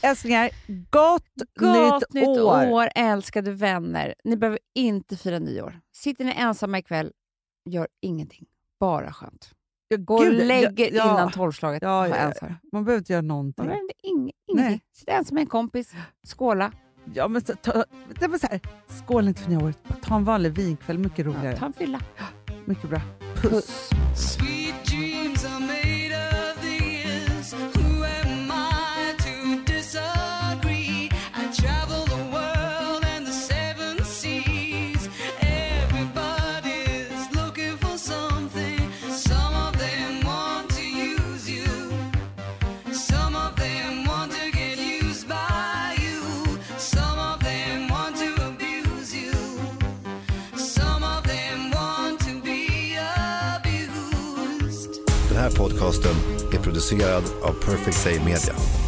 F: Älsklingar, gott,
E: Gott
F: nytt, år!
E: älskade vänner. Ni behöver inte fira nyår. Sitter ni ensamma ikväll, gör ingenting. Bara skönt.
F: Ja,
E: Gå och
F: gud, ja,
E: lägg er
F: ja,
E: innan tolvslaget.
F: Ja,
E: Ja,
F: ja, ja.
E: ensam.
F: Man behöver inte göra
E: Man
F: någonting.
E: behöver inte- ing- ingenting. Sitta ensam med en kompis, skåla.
F: Ja, men så, ta, det var så här, skål inte för nya året. Bara Ta en vanlig vinkväll, mycket roligare.
E: Ta en fylla.
F: mycket bra.
E: Puss.
J: Sweet dreams are made of these. Who am I to disagree? I travel the world and the seven seas. Everybody's looking for something. Some of them want to use you. Some of them want to get used by you. Some of them want to abuse you. Some of them want to be abused.
K: Den här podcasten är producerad av Perfect Day Media.